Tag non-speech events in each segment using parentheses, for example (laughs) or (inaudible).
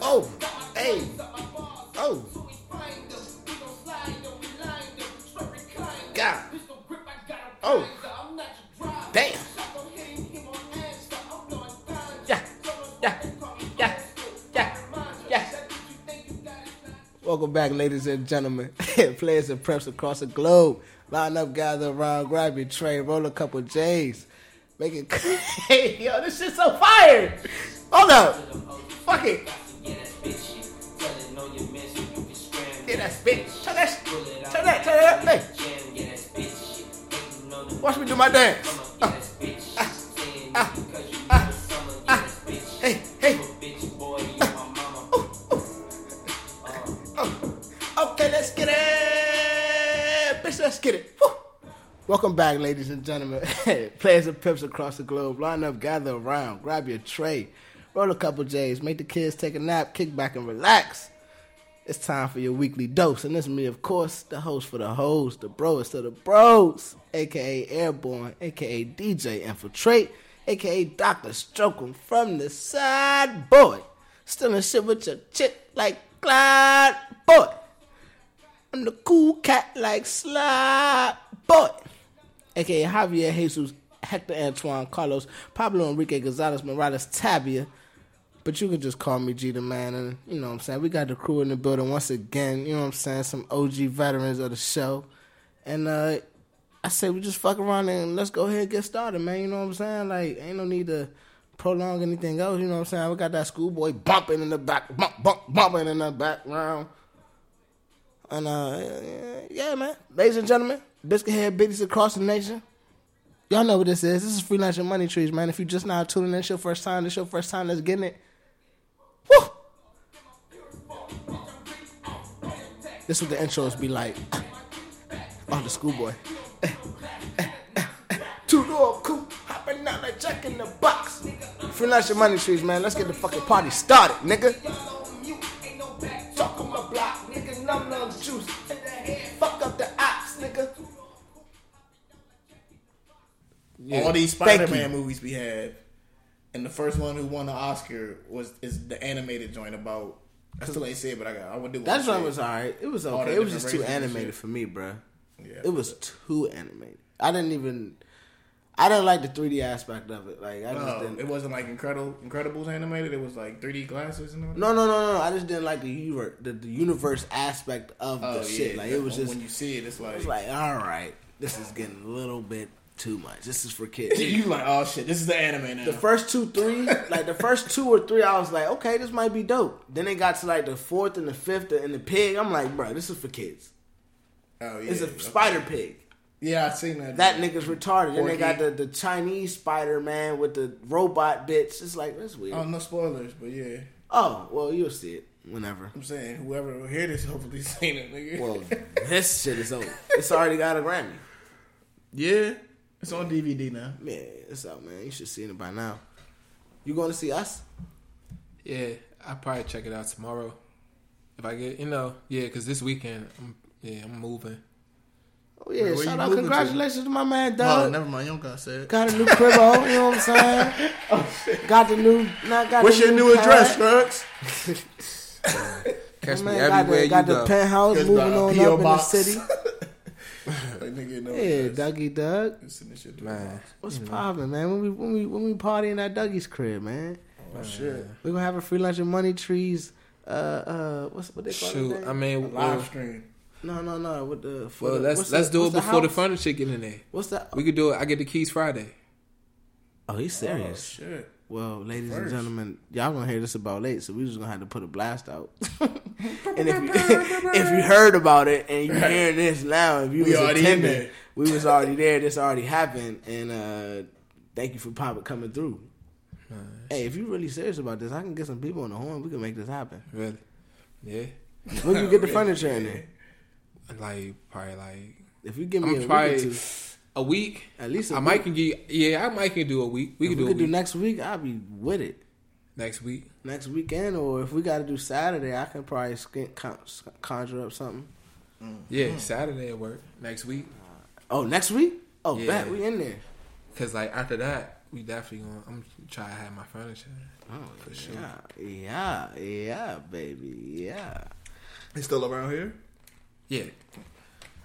oh, Oh, damn. Yeah, yeah, yeah, yeah, yeah. Welcome back, ladies and gentlemen. (laughs) Players and preps across the globe. Line up, gather around, grab your tray, roll a couple J's. Make it. (laughs) hey, yo, this shit's so fire! Hold up! Fuck it! Get that bitch! Turn that sh- Turn that, turn that, hey! Watch me do my dance! Uh, ah, ah, ah, hey, hey! Oh, okay, let's get it. Bitch, let's get it. Woo. Welcome back, ladies and gentlemen. (laughs) Players and pimps across the globe. Line up, gather around, grab your tray, roll a couple J's, make the kids take a nap, kick back and relax. It's time for your weekly dose. And this is me, of course, the host for the hoes, the bros to the bros, aka Airborne, aka DJ Infiltrate, aka Dr. Stroking from the side, boy. Stealing shit with your chick like Clyde, boy. I'm the cool cat like Sly, boy. Aka Javier Jesus, Hector Antoine, Carlos, Pablo Enrique, Gonzalez, Morales, Tabia. But you can just call me G the man, and you know what I'm saying. We got the crew in the building once again. You know what I'm saying. Some OG veterans of the show, and uh, I say we just fuck around and let's go ahead and get started, man. You know what I'm saying. Like ain't no need to prolong anything else. You know what I'm saying. We got that schoolboy bumping in the back, bump, bump, bumping in the background. And uh, yeah, man, ladies and gentlemen, biscuit head biddies across the nation. Y'all know what this is. This is freelancing money trees, man. If you just now tuning in, it's your first time. This your first time. Let's get it. Woo! This what the intros be like. On the schoolboy. Two door coupe, hopping out like Jack in the box. Freelance your money trees, man. Let's get the fucking party started, nigga. Talk on my block, nigga. Num num juice. Fuck up the ops, nigga. All these Thank you. Spider-Man movies we had, and the first one who won the Oscar was is the animated joint about. That's what they said, but I got I would do. That what joint was alright. It was All okay. the It was just too different races and animated shit. for me, bruh. Yeah. It was too animated. I didn't even. I didn't like the 3D aspect of it. Like I just No, didn't. Oh, it wasn't like Incredible Incredibles animated. It was like 3D glasses and all. that. No, no, no, no, no. I just didn't like the universe, the, the universe aspect of Oh, the shit. Like it was just, when you see it, it's like, it's like, all right, this is getting a little bit too much. This is for (laughs) kids. you like oh shit, this is the anime now. the first two, three, like the first two or three, I was like, okay, this might be dope. Then it got to like the fourth and the fifth and the pig. I'm like, bro, this is for kids. oh, yeah, It's a okay. spider pig. Yeah, I seen that. That nigga's retarded. Then they Porky. got the, the Chinese Spider Man with the robot bitch. It's like that's weird. Oh no spoilers, but yeah, oh well, you'll see it whenever. I'm saying whoever will hear this (laughs) hopefully seen it, nigga. (laughs) Well, this shit is over. It's already got a Grammy. yeah, it's on DVD now. Yeah, it's out, man. You should have seen it by now. You going to see us? Yeah, I'll probably check it out tomorrow. If I get, you know, yeah, because this weekend, I'm, yeah, I'm moving. Oh yeah! Where you Shout out, moving to? congratulations to? my man, Oh, Doug. never mind. You don't gotta say it. Got a new crib, hole, you (laughs) know what I'm saying? Got the new, not got. Oh, What's the your new address, pad. Crux? Catch Man, me got everywhere the, got you the go. penthouse, It's moving the on P.O. up box. (laughs) in the city. Like nigga, you know Yeah, address. Dougie Doug. You send this shit to Man, What's poppin', man? When we when we when we partying at Dougie's crib, man. Oh, shit. We gonna have a free lunch and money trees. Uh, uh, what's what they call it? shoot, I mean, Live well, stream. no, no, no. With the for well, the- let's what's let's the- do it what's before the house? furniture get in there. What's that? We could do it. I get the keys Friday. Oh, he's Oh serious. shit. Well, ladies and First. gentlemen, y'all gonna hear this about late, so we just gonna have to put a blast out. (laughs) and if you, if you heard about it and you hearing this now, if you We was already in attending, there. we was already there. This already happened, and uh, thank you for Papa coming through. Hey, if you really serious about this, I can get some people on the horn. We can make this (laughs) happen. Really? Yeah. When you get the furniture in there, Like probably like if you give me I'm a week or probably two, a week. at least a I week. might can get. Yeah, I might can do a week. We If can we do a could do week next week, I'll be with it. next week. Next weekend, or if we got to do Saturday, I can probably skin, con- conjure up something. Yeah, Hmm. Saturday at work next week. Oh, next week? Oh, Yeah. bet we in there. Cause like after that, we definitely gonna. I'm trying to have my furniture. Oh, For sure. yeah, yeah, yeah, baby, yeah. He's still around here. Yeah.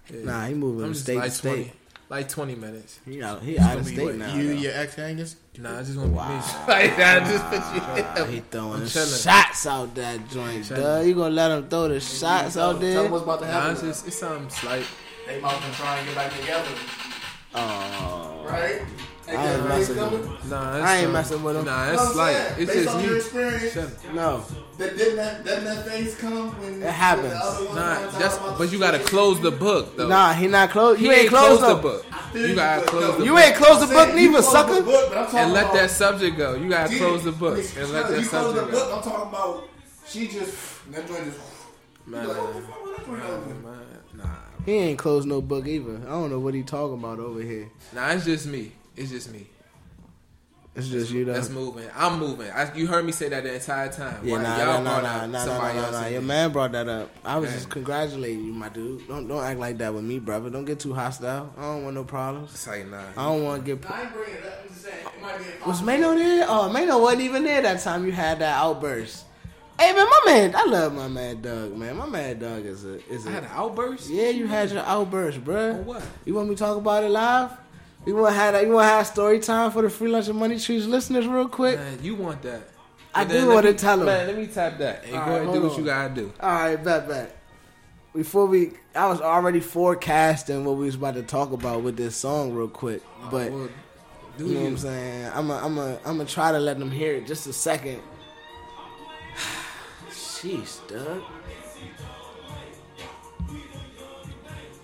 Yeah. Nah, he moving I'm from just state to like state. 20, like twenty minutes. He out, he out of Gonna be state what, now. you, though. your ex, Angus. Nah, it's just gonna be me. Like I just put you. He throwing I'm chilling. shots out that joint, chilling. duh. You gonna let him throw the shots out Tell there? them what's about to Nah, happen. it's just it's something slight. They about to try and get back together, Oh, right? Ain't I that ain't right, messing Dylan? with him. Nah, it's I ain't um, messing with him. Nah, You know it's what I'm slight. saying? It's Based just on me. your experience, Shut up. No, That didn't that, didn't that phase come when It happens. when the other ones Nah, found out that's about but the you gotta situation? close the book though. nah, he not close. he You ain't close the the book. book. You gotta But- close the no, You book ain't close the I'm saying book you neither, closed the sucker. book, but I'm talking and let about- that subject go. You gotta Yeah, close the book nigga, and let you close that subject the go. book. I'm talking about she just that joint just. you Man, like, what the fuck was that joint open? man, nah, He ain't close no book either. I don't know what he talking about over here. nah, it's just me. It's just me. It's just you, though. That's moving. I'm moving. I, you heard me say that the entire time. Yeah, Why nah, nah, y'all brought nah, nah, out nah, nah, somebody nah, else nah. in Your there? man brought that up. I was Man. just congratulating you, my dude. Don't don't act like that with me, brother. Don't get too hostile. I don't want no problems. It's like nah. I don't want to get. I ain't bringing it up. I'm just saying it might be. a Was Mano there? Oh, Mano wasn't even there that time you had that outburst. Hey man, my man, I love my man Doug, man. My man Doug is a is I had a an outburst. yeah. You had your outburst, bruh. On what? You want me to talk about it live? You want to have that? You want to have story time for the free lunch and money trees listeners real quick? Man, you want that? I And do then let wanna me- tell 'em. Man, let me tap that and All go right, ahead and do hold what on. you gotta do. All right, bet, bet. Before we, I was already forecasting what we was about to talk about with this song real quick, but Oh, Well, do you know what you? I'm saying? I'm a, I'm a, I'm gonna try to let them hear it just a second. (sighs) Jeez, Doug.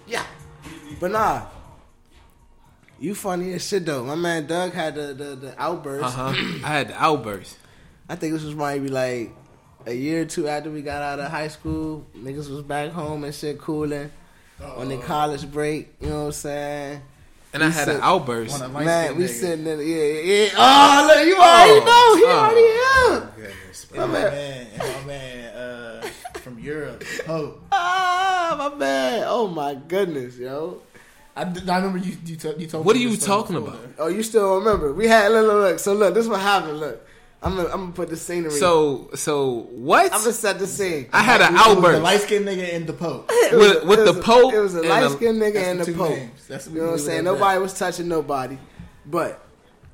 Yeah, but nah. You funny as shit though. My man Doug had the the, the outburst. Uh huh. I had the outburst. I think this was probably like a year or two after we got out of high school. Niggas was back home and shit cooling on the college break. You know what I'm saying? And I You had said- an outburst. Wanna- Light Man, skinned we nigga. sitting there. Yeah, yeah. yeah. Oh, look, you already know. He oh. already here. And my My man. man, and my man uh, from Europe. Oh, Ah, my man. Oh my goodness, yo. I, did- I remember you. You, t- you told. What me are you this story talking before. about? Oh, you still remember? We had look, look, look. So look, this what happened. Look, I'm gonna, I'm gonna put the scenery. So so what? I'm gonna set the scene. I had an It was the outburst light skinned nigga in the Pope. It was with a- with it the was a- Pope. It was a and light skinned nigga That's and the the two Pope. names. That's You know what I'm we saying? leave it at Nobody was touching nobody. But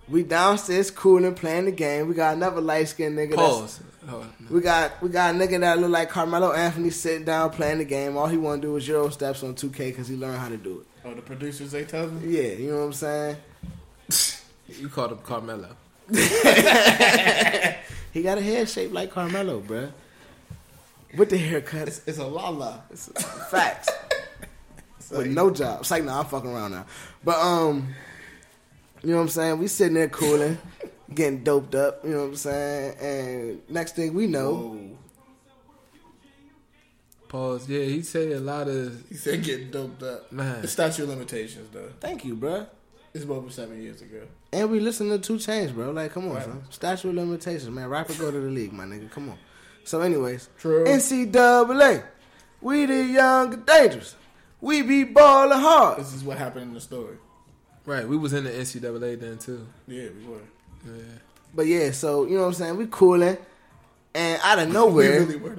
we downstairs cooling, playing the game. We got another light skinned nigga. that's- Pause. Oh, We got we got a nigga that look like Carmelo Anthony sitting down playing the game. All he want to do is euro steps on 2K because he learned how to do that. (laughs) Oh, the producers they told it. me. Yeah, you know what I'm saying? you called him Carmelo. He got a head shaped like Carmelo, bruh. With the haircuts, (laughs) It's, it's a lala. facts. with no job. It's like, nah, I'm fucking around now. But um, you know what I'm saying? We sitting there cooling, getting doped up. You know what I'm saying? And next thing we know, Whoa. Pause. Yeah, he said a lot of He said getting doped up. Man. The statute of limitations though. thank you, bruh. It's over seven years ago. And we listen to Two Chains, bro. Like, come on, Right. son. Statue of limitations, man. Rapper go to the league, my nigga. Come on. So, anyways, True. NCAA, we the young and dangerous. We be balling hard. This is what happened in the story. right. We was in the NCAA then too. Yeah, we were. Yeah. But yeah, so you know what I'm saying. We cooling, and out of We nowhere, really were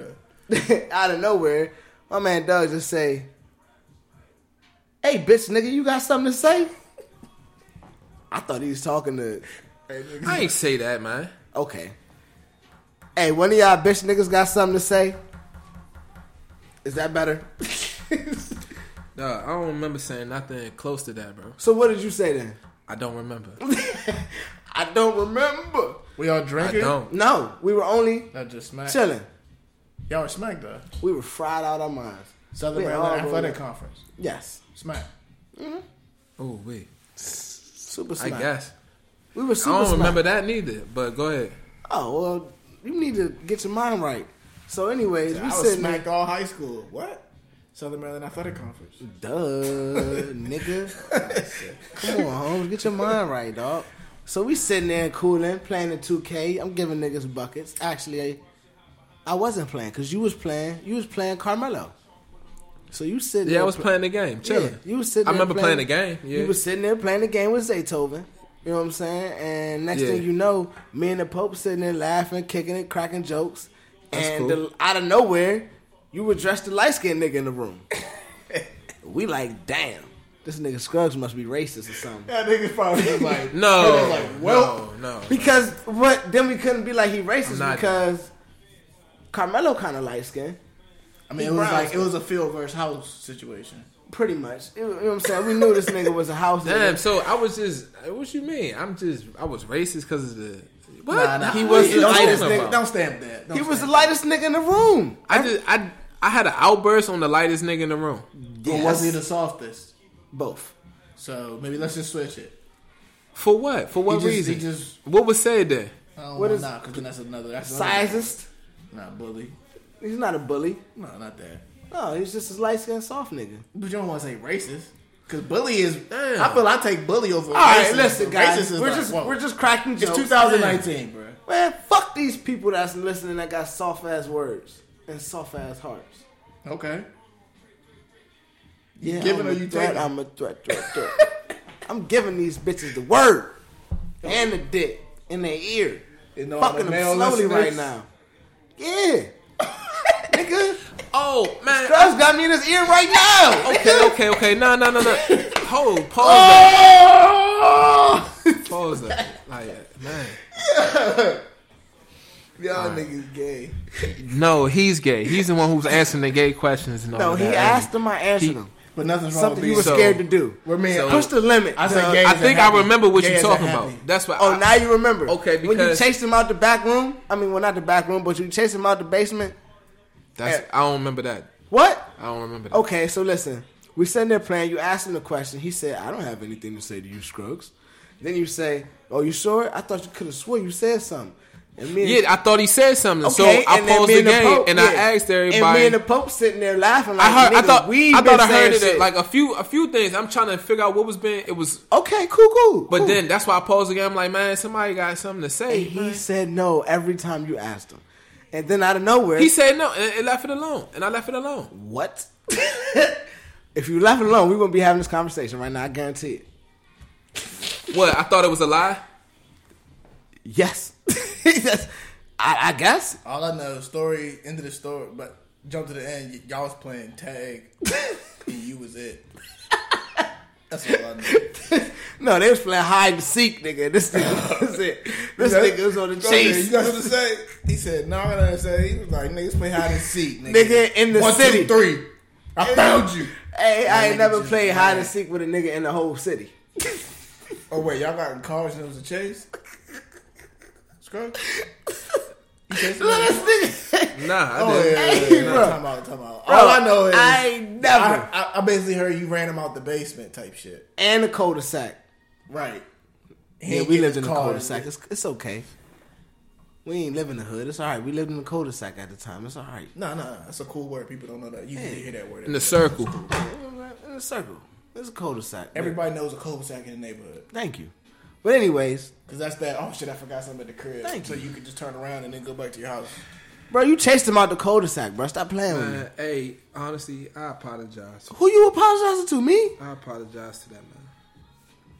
though. (laughs) out of nowhere, my man Doug just say, "Hey, bitch, nigga, you got something to say?" I thought he was talking to. Hey, nigga, I ain't say that, man. Okay. Hey, one of y'all bitch niggas got something to say? Is that (laughs) better? No, I don't remember saying nothing close to that, bro. so what did you say (laughs) then? I don't remember. I don't remember. we all I drinking. don't. No, we were only Not just smack. chilling. Y'all were smack though. We were fried out our minds. Southern We all Maryland Athletic were- Conference. Yes. Smack. Oh wait, Super I smack. guess We were I super don't smack. remember that neither. But go ahead. Oh, well, you need to get your mind right. So anyways, we I was sitting smacked there. all high school. What? Southern Maryland Athletic Conference. Duh, nigga. Come on, Holmes, get your mind right, dog. So we sitting there cooling, playing the 2K. I'm giving niggas buckets. Actually, I wasn't playing because you was playing. You was playing Carmelo. So you sitting Yeah, there I was playing the game, chilling. Yeah, you was sitting I there remember playing the game. Yeah. You was sitting there playing the game with Zaytoven. You know what I'm saying? And next Yeah. thing you know, me and the Pope sitting there laughing, kicking it, cracking jokes. That's and cool. the, out of nowhere, you were dressed the light skinned nigga in the room. we like, damn. this nigga Scruggs must be racist or (laughs) something. (laughs) That nigga probably was like, No, he was like, well, no, no. Because what? Then we couldn't be like he racist I'm not- because Carmelo kind of light skinned I mean, He it was brown like it skin. was a field versus house situation. pretty much. You know what I'm saying? We knew this nigga was a house. Damn, nigga. so I was just, what you mean? I'm just, I was racist because of the, what? Nah, nah, He was wait, the don't lightest stamp nigga. that. Don't stamp that. Don't He was the stamp lightest nigga in the room. I just, I, I had an outburst on the lightest nigga in the room. that. Or was he the softest? Both. So maybe let's just switch it. For what? For He what just- reason? he just- what was said there? I don't What want- is- nah? Because then that's another. That's another- Sizest. Nah, bully. He's not a bully. No, not that. No, he's just a light skinned soft nigga. But you don't want to say racist. Because bully is. Damn. I feel I take bully over. All right, racist. listen, guys. Racist is We're like, just whoa. we're just cracking It's jokes. 2019, bro. Man, fuck these people that's listening that got soft ass words and soft ass hearts. Okay. Yeah, giving I'm or a you threat, taking? I'm a threat, threat, threat. (laughs) I'm giving these bitches the word and the dick in their ear. And all Fucking them the male slowly listeners? right now. Yeah, (laughs) nigga, Oh man. Cuz got me in his ear right now. Okay, okay, okay. No, no, no, no. Hold, pause that. Oh! Pause that. Like, man. Y'all niggas gay. No, he's gay. He's the one who's answering the gay questions and all No, of he that. asked him. I answered He- him. But nothing's wrong Something with you being were So- scared to do. We're men. So- Push the limit. I say Doug. gay. I think I happy. remember what Gay you're is talking happy. about. That's why. Oh, I, now you remember. Okay, when you because- chased him out the back room. I mean, well, not the back room, but you chased him out the basement. That's. I don't remember that. What? I don't Oh, remember that. Okay, so listen. We sitting there playing. You asked him the question. He said, "I don't have anything to say to you, Scruggs." Then you say, "Oh, you sure? I thought you could have swore you said something." And me and- Yeah, I thought he said something, so Okay, I and then paused me the and the game Pope- and I yeah. asked And everybody. me and the Pope sitting there laughing. Like, I heard. I nigga, thought. We I been thought I heard saying it shit. like a few, a few things. I'm trying to figure out what was being. It was, okay, cool, cool. but cool. then that's why I paused the game. I'm like, man, somebody got something to say. And man. he said no every time you asked him, and then out of nowhere, He said no, and, and left it alone. And I left it alone. What? (laughs) if you left it alone, we wouldn't be having this conversation right now. I guarantee it. What? I thought it was a lie. Yes. (laughs) Yes. I, I guess. (laughs) All I know, story, end of the story, but jump to the end, y- y'all was playing tag, and you (laughs) was it. That's all I know. No, they was playing hide and seek, nigga. This nigga was it. This You got- nigga was on the Go ahead, chase. You got something to say? He said, no, I got nothing to say. He was like, niggas play hide and seek, nigga. Nigga, in the One, two, city. three. I found you. Hey, I That ain't nigga never just played hide and mad. seek with a nigga in the whole city. Oh, wait, y'all got in cars and it was a chase? Scrub? You chasing me? Look, this nigga. Nah, I Oh, yeah, didn't. yeah, yeah, Hey, yeah. bro. Time out, time out. Bro, All I know is. I ain't never. I, I, I basically heard you ran him out the basement type shit. And a cul-de-sac. Right. He Yeah, ain't we get lived in a the car. cul-de-sac. It's, it's okay. We ain't live in the hood. It's all right. We lived in a cul-de-sac at the time. It's all right. No, no, that's a cool word. People don't know that. You didn't hear that word. In the circle. In a circle. It's a cul-de-sac. Everybody knows a cul-de-sac in the neighborhood Thank you. But anyways, because that's that. Oh shit, I forgot something at the crib. Thank so you. you. could just turn around and then go back to your house. bro, you chased him out the cul-de-sac, bro. Stop playing with me. Man, hey, honestly, I apologize. Who you apologizing to? Me? I apologize to that man.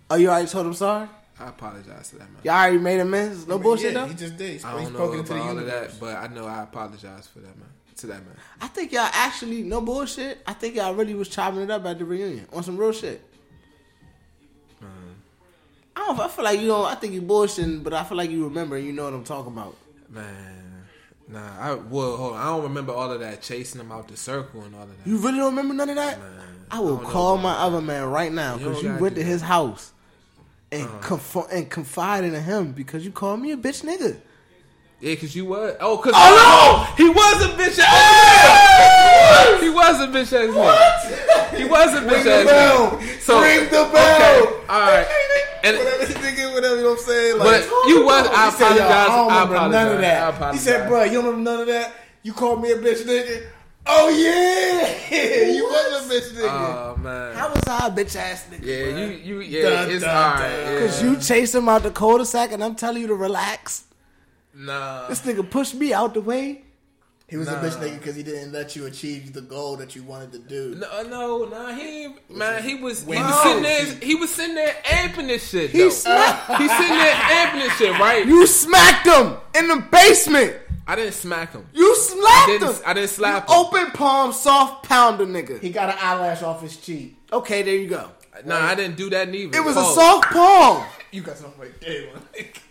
Oh, you already told him sorry. I apologize to that man. Y'all already made amends. No I mean, bullshit yeah, though. He just did. He's, I he's don't know poking into the about all of universe. that, but I know I apologize for that man. To that man. I think y'all actually no bullshit. I think y'all really was chopping it up at the reunion on some real shit. I don't. I feel like you know. I think you bullshitting, but I feel like you remember. and You know what I'm talking about. Man, nah. I well, hold on. I don't remember all of that chasing him out the circle and all of that. You really don't remember none of that? Man, I will I don't call know, my other man right now You because don't you, gotta went do to that. his house and confo- and confided in him because you called me a bitch nigga. yeah, cause you was. Oh, cause Oh, no, he was a bitch ass. He was a bitch ass. What? He was a bitch ass. bell. nigga. So Ring the bell. Okay, all right. And Whatever, (laughs) nigga, whatever you know what I'm saying. but Like, you was. I He said, apologize. "Y'all, I I don't remember apologize. none of I that. He apologize. said, "Bro, you don't remember none of that. You called me a bitch, nigga. Oh yeah, (laughs) you was a bitch, nigga. Oh man. How was I a bitch ass nigga? yeah, you you yeah. Dun, it's dun, all right. dun. yeah. Cause you chased him out the cul-de-sac and I'm telling you to relax. nah. This nigga pushed me out the way. he was nah. a bitch, nigga, because he didn't let you achieve the goal that you wanted to do. No, no, no, he ain't- man, he was he When- was No. sitting there, he was sitting there amping this shit. He though. smacked He's sitting there amping this shit, right? You smacked him in the basement. I didn't smack him. You slapped him. Didn't I didn't slap him? Open palm, soft pounder, nigga. He got an eyelash off his cheek. Okay, there you go. No, I didn't do that neither. Oh. It was a Pause. soft palm. You got something like that (laughs) one.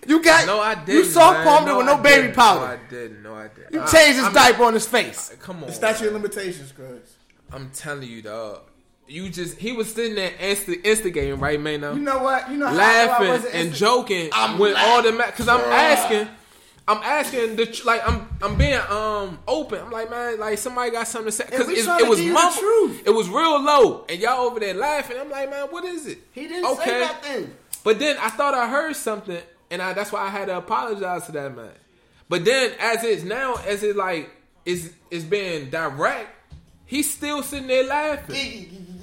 You got No, I didn't. You soft man. palmed it No, with no I baby didn't. No, I powder. didn't. No, I didn't. You I- changed his I'm- diaper on his face. Come on. The statute of limitations, Chris. I'm telling you, dog. You just he was sitting there insti- instigating, right, Mano? You know what? You know how- how I laughing wasn't and insta- joking I'm when laughing. all the because I'm asking, I'm asking the tr- like I'm I'm being um open. I'm like man, like somebody got something to say And because we it, tryna it was give you the mumble, truth. it was real low, and y'all over there laughing. I'm like man, what is it? He didn't say nothing. But then I thought I heard something, and I, that's why I had to apologize to that man. But then, as it's now, as it like is is being direct, he's still sitting there laughing.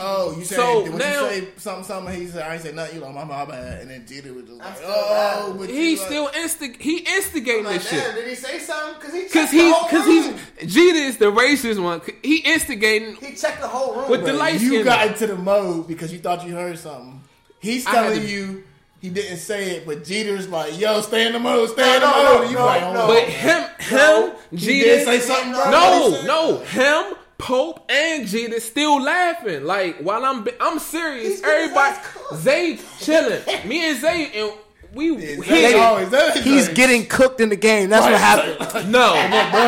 Oh, you said So, when you now- say something, something, he said, I ain't say nothing. You like, my, my bad. And then Diddy was just like, still oh, laughing. but you He like- still instig he instigating this shit. Did he say something? Cause he checked Cause he, cause he's Jeter is the racist one. He instigating. he checked the whole room. With the But light you skin got one. into the mode because you thought you heard something. He's I had telling to- you he didn't say it, but Jeter's like, "Yo, stay in the mode, stay in No, the no, mode." no, And you no, like, "Oh, no. But him, him, he Jeter. did say something, bro. no, no, him, Pope, and Jeter still laughing. Like while I'm, be- I'm serious. He's getting his Everybody, ass cooked. Zay chilling. Me and Zay and we. Is he- that always- that oh, is He's like- getting cooked in the game. That's what happened. no,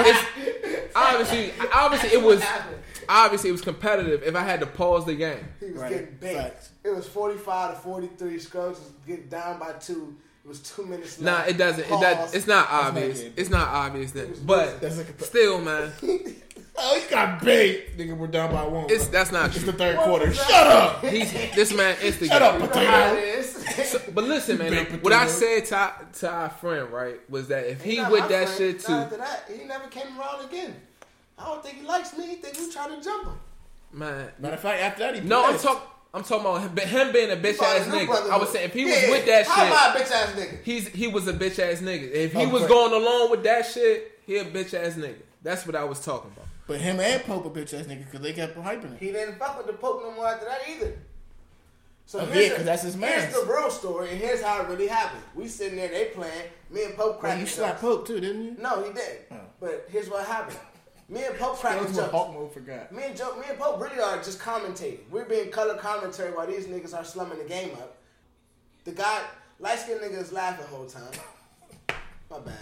it's, obviously, obviously it was, obviously it was competitive. If I had to pause the game, He was Right. getting baked. Facts. It was 45 to 43. Scrubs was getting down by two. It was two minutes nah, left. it doesn't. It does. Pause. It's not obvious. good. It's not obvious then. But That's a compa- still, man, Oh, you got big, nigga. We're down by one. it's bro. that's not It's true. the third What quarter. was that? Shut up. He's this man instigated. Shut up, You know how potato. it is. (laughs) So- but listen, man. Baked What I potato. said to our, to our friend, right, was that if he Not with my that friend. Not shit too, After that, he never came around again. I don't think he likes me. He think we trying to jump him. man. Matter of fact, after that, he No, I'm pissed. talking. I'm talking about him, but him being a bitch Probably ass new nigga. brotherhood. I was saying if he Yeah, was with that how am shit, I a bitch ass nigga? he's he was a bitch ass nigga. If he Oh, was great. going along with that shit, he a bitch ass nigga. That's what I was talking about. But him and Pope a bitch ass nigga because they kept hyping it. He didn't fuck with the Pope no more after that either. So Oh, here's yeah, 'cause that's his here's mans. the real story, and here's how it really happened. We sitting there, they playing. Me and Pope Well, cracking you slapped Pope Oh. too, didn't you? No, he didn't. But here's what happened. Me and (laughs) Pope That cracking was what jokes. Hawk Mode forgot. Me and Joe, me and Pope really are just commentating. We're being color commentary while these niggas are slumming the game up. The guy, light skinned nigga is laughing the whole time. (laughs) My bad.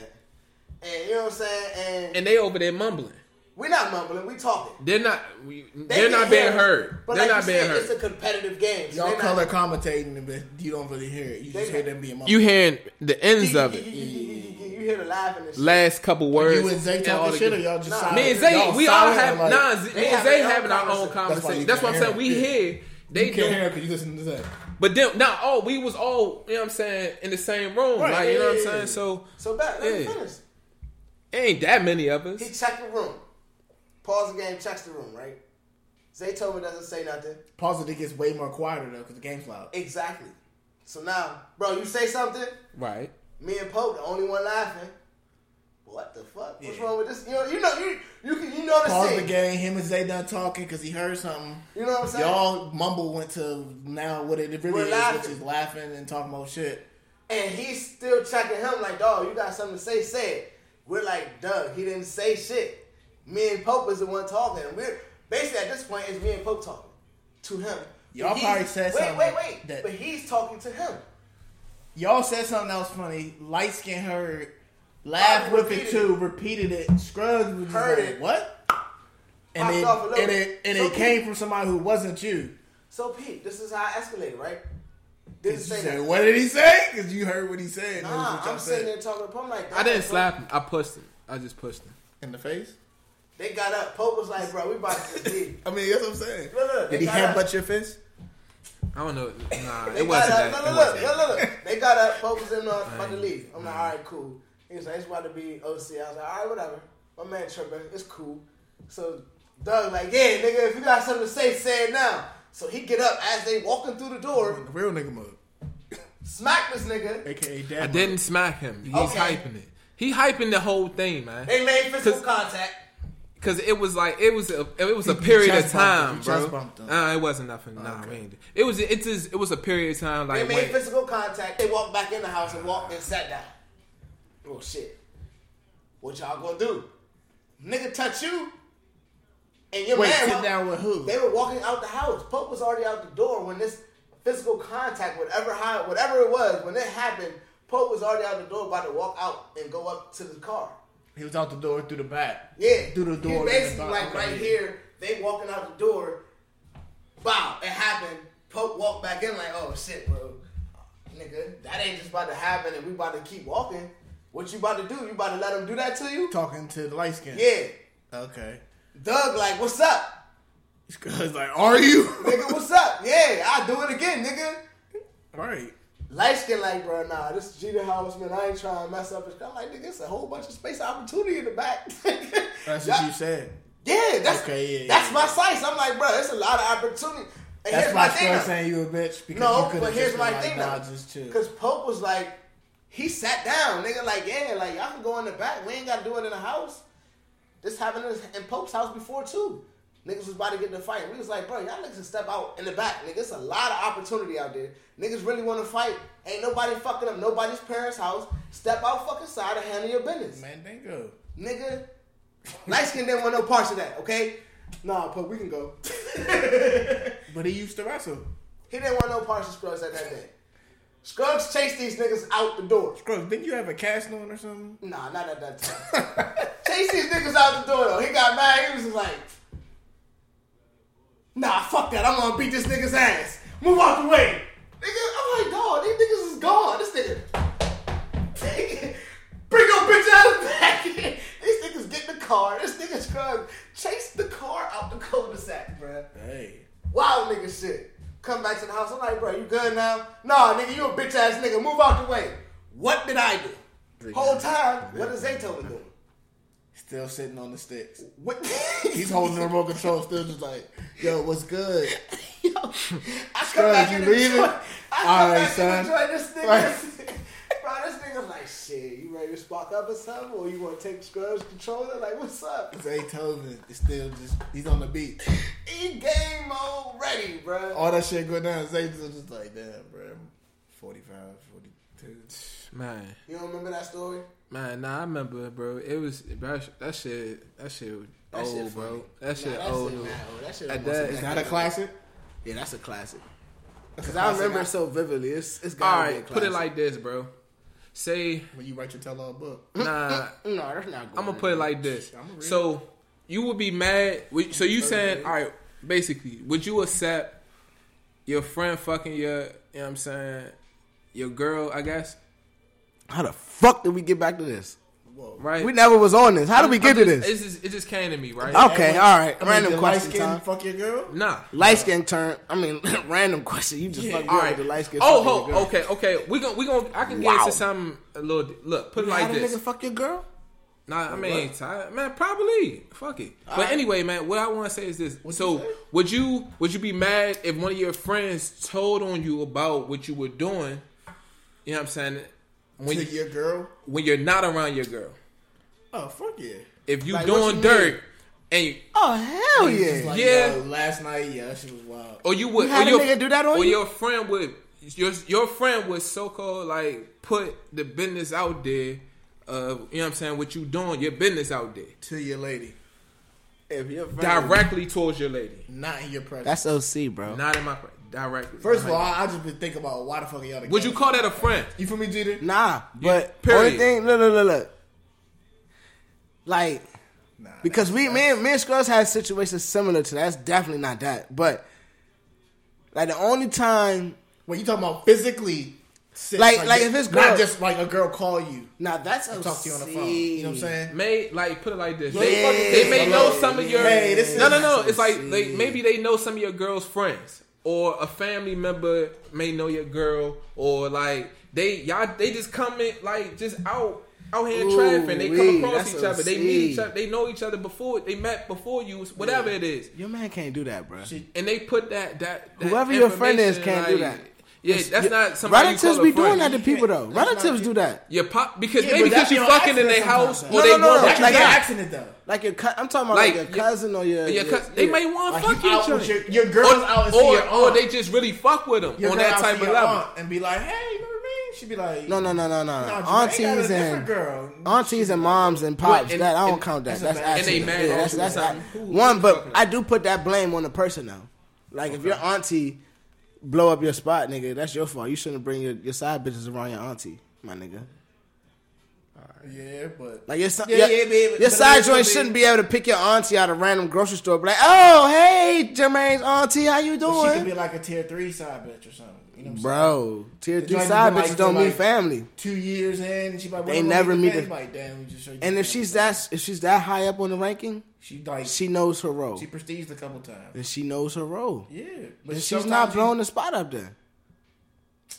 And you know what I'm saying? And, And they over there mumbling. we're not mumbling, we talking. They're not. We, They they're can not being hear us, heard. But They're like not you being said, heard. It's a competitive game. so Y'all they're not- (laughs) color commentating, but you don't really hear it. You They just hear not. them being. you hearing the ends of it. (laughs) You hear the laughing and shit. Last couple words. You and Zay all talking the shit, or good- y'all just Nah. silent? Me and Zay, Y'all we all silent, have like, nah. Z- They Me and have Zay their own having our own conversation. conversation. That's That's why what you I'm saying. We can't hear it. here. They You can't do. hear because you listen to Zay. But then now, oh, we was all you know what I'm saying in the same room, Right, like you know what yeah, I'm yeah, yeah. saying. So So back, let me Yeah. finish. it ain't that many of us. He checked the room. Pause the game, checks the room, right? Zaytoven doesn't say nothing. Pause it. It gets way more quieter though because the game's loud. Exactly. So now, bro, you say something, Right. me and Pope, the only one laughing. What the fuck? What's Yeah. wrong with this? You know, you know, you you can you know the Pause the scene. game. Him and Zay done talking because he heard something. You know what I'm saying? Y'all mumble went to now what it really We're is, laughing. which is laughing and talking about shit. And he's still checking him like, dog, you got something to say, say it. We're like, Doug, he didn't say shit. Me and Pope is the one talking. And we're basically at this point it's me and Pope talking to him. Y'all But he's- probably said wait, something Wait, wait, that- But he's talking to him. Y'all said something else funny. Light skin heard, laughed Bobby with it repeated too, repeated it. Scruggs was just Heard like, it. What? And Popped it, off a little and it bit. and So it came from somebody who wasn't you. So Pete, this is how I escalated, right? 'Cause Didn't you say said, that. what did he say? Because you heard what he said. and it was Nah, what y'all I'm said. sitting there talking to Pope. I'm like, I didn't "Dog, slap him. I pushed him. I just pushed him. in (laughs) the face. They got up. Pope was like, bro, we about to just leave. I mean, that's what I'm saying. Look, look, they Did he got headbutt your fist? I don't know. Nah, They got it wasn't up. Look, that. It look, wasn't. look, look, look. They got up. Pope was in the about to leave. I'm like, all right, cool. He was like, it's about to be OC. I was like, all right, whatever. My man tripping. It's cool. So Doug like, yeah, nigga, if you got something to say, say it now. So he get up as they walking through the door, Real nigga mode, smack this nigga. aka dad. I mode. didn't smack him. He's Okay. hyping it. He hyping the whole thing, man. They made physical Cause- contact. Cause it was like it was a it was a You period of chest time, bumped him. You chest bro. bumped him. Nah, it wasn't nothing. Nah, we ain't. It was it just it was a period of time They like made when- physical contact. They walked back in the house and walked and sat down. Oh shit. What y'all gonna do? Nigga touch you And your Wait, man sit wa- down with who? They were walking out the house. Pope was already out the door when this physical contact, whatever high, whatever it was, when it happened. Pope was already out the door, about to walk out and go up to the car. He was out the door through the back. Yeah, Through the door. He basically Okay. like right here. They walking out the door. Bow. It happened. Pope walked back in like, oh shit, bro, nigga, that ain't just about to happen, and we about to keep walking. What you about to do? You about to let them do that to you? Talking to the light skin. Yeah. Okay. Doug, like, what's up? He's like, are you? (laughs) nigga, what's up? Yeah, I'll do it again, nigga. right. Light skin, like, bro, nah, this is Jeter House, man. I ain't trying to mess up. his- I'm like, nigga, it's a whole bunch of space opportunity in the back. (laughs) That's Y'all- what you said. Yeah, that's Okay, yeah, that's yeah. my size. I'm like, bro, it's a lot of opportunity. And That's here's why my I still thing. saying you a bitch. Because No, you could've but just here's been my like, thing Nah, though. just chill. Because Pope was like, he sat down, nigga, like, yeah, like y'all can go in the back. We ain't gotta do it in the house. This happened in in Pope's house before too. Niggas was about to get in a fight. We was like, bro, y'all niggas can step out in the back, nigga. It's a lot of opportunity out there. Niggas really want to fight. Ain't nobody fucking up nobody's parents' house. Step out fucking side and handle your business, Mandingo. nigga. Light skin didn't want no parts of that, okay? Nah, Pope, we can go. (laughs) But he used to wrestle. He didn't want no parts of Scruggs at that day. Scruggs chased these niggas out the door. Scrubs, didn't you have a cast on or something? Nah, not at that time. (laughs) chased these niggas out the door though. He got mad. He was just like, Nah, fuck that. I'm gonna beat this nigga's ass. Move out the way, nigga. I'm like, dog, these niggas is gone. This nigga, (laughs) bring your bitch ass back. (laughs) these niggas get in the car. This nigga Scruggs chased the car out the cul-de-sac, bruh. Hey. Wild nigga shit. Come back to the house. I'm like, bro, you good now? Nah, nigga, you a bitch ass nigga. Move out the way. What did I do? Whole time, what is Zaytoven doing? Still sitting on the sticks. What? (laughs) (laughs) He's holding the remote control, still just like, yo, what's good? (laughs) Yo, I come Scruggs, back you and leaving? enjoy. I come Alright, back son. and enjoy this nigga. Right. (laughs) bro, this nigga's like, shit, you ready to spark up or something? Or you want to take Scrubs controller? Like, what's up? It's Beethoven. It's still just, he's on the beat. E game already, bro. All that shit going down. Zayton's just like, damn, bro. I'm 45, 42. Man, You don't remember that story? man, nah, I remember, bro. It was bro, that shit. That shit was That shit old, funny. bro. That shit Nah, that old. shit new. mad old. That shit At almost that- a Is Is that a decade. classic? Yeah, that's a classic. That's a Because I classic remember it album. so vividly. It's, it's All gotta be a right, put it classic. like this, bro. (laughs) Say, when you write your tell all book. nah. No, that's not good. I'm gonna put it like this. I'ma read So you would be mad. would- So you saying, all right, basically, would you accept your friend fucking your, you know what I'm saying, your girl, I guess, How the fuck did we get back to this? Whoa. right? We never was on this. How did we get to I'm just- this? It's just, it just came to me, right? Okay, all right. I mean, Random the question light-skinned time. Fuck your girl. Nah. Light skin turn. I mean, random question. You just Yeah. fucking All all right. the light skin. oh, ho, okay, okay. We gon' we gon' I can Wow. get into something a little. Look, put it Like like How this. the nigga fuck your girl? Nah, I mean, tired, man, probably. Fuck it. but right. anyway, man, what I want to say is this. What'd so, you say? would you would you be mad if one of your friends told on you about what you were doing? You know what I'm saying? When To you, your girl. when you're not around your girl, Oh fuck yeah. if you Like, what doing you dirt, and you, Oh hell He's yeah! just like, Yeah. yo, last night, yeah, that shit was wild. or you would, You had or a your, nigga do that on or you? your friend would, your your friend would so called like put the business out there. Of you know what I'm saying? What you doing? Your business out there To your lady, if your directly towards your lady, not in your presence. that's OC, bro. not in my friend. Directly. First of all, I, I just been thinking about why the fuck are y'all together. Would you call that a friend? You feel me, Jeter? Nah, but period. only thing. Look, look, look, look. Like Nah. because we, me, and- me and Scrubs had situations similar to that. That's definitely not that, but like the only time When you talking about physically, sit- Like- like if it's girl- not just like a girl call you, Now that's OC. talk to you on the phone. You know what I'm saying? May like put it like this. Yeah, They, fuck they this. may Hello. know some of your Hey, this is- Mm. no no no. It's like they maybe they know some of your girl's friends or a family member may know your girl or like they y'all they just come in like just out out here in Ooh, traffic and they wee, come across that's each other. They OC. meet each other. They know each other before they met before you whatever it is. Your man can't do that, bro. Shit. And they put that that, that Whoever your friend is information, can't do that. Yeah, that's not somebody you Relatives call a be doing friend. that to people though. That's not Relatives you. do that. Your pop because Yeah, but maybe because that's you on fucking in accident their house sometimes, or though. they No, no, no, that That want what could you like be an got. that. accident though. Like your, cou- I'm talking about Like, like, your your- cousin or your. Yeah, your- cause they yeah. may want to Like fuck you you out each with other. your, your girl's out and see or, your aunt. or they just really fuck with them your on girl that out type see of your level. aunt and be like, hey, remember me? She be like, No, no, no, no, no. "Nah, no. Jermaine got a aunties different and girl. aunties and moms and pops. Well, and- that I don't and- count that. that's a That's bad- actually and they mad yeah, that's at you that's or something. act- Who- one. who But fucking- I do put that blame on the person though. Like if your auntie blow up your spot, nigga, that's your fault. You shouldn't bring your, your side bitches around your auntie, my nigga. Yeah, but Like your, si- Yeah, your, yeah, babe, your but side it's gonna joint be- shouldn't be able to pick your auntie out of a random grocery store. Be like, oh hey, Jermaine's auntie, how you she could doing, be like a tier three side bitch or something. You know what I'm saying? bro? Tier The three joint side be like- bitches don't like- mean family. Two years in, and she like, They never meet the the- Like, damn, we just showed you And the if family. she's that if she's that high up on the ranking, she like she, she knows her role. prestiged a couple times. And she knows her role. Yeah, And she's not sometimes you- blowing the spot up then.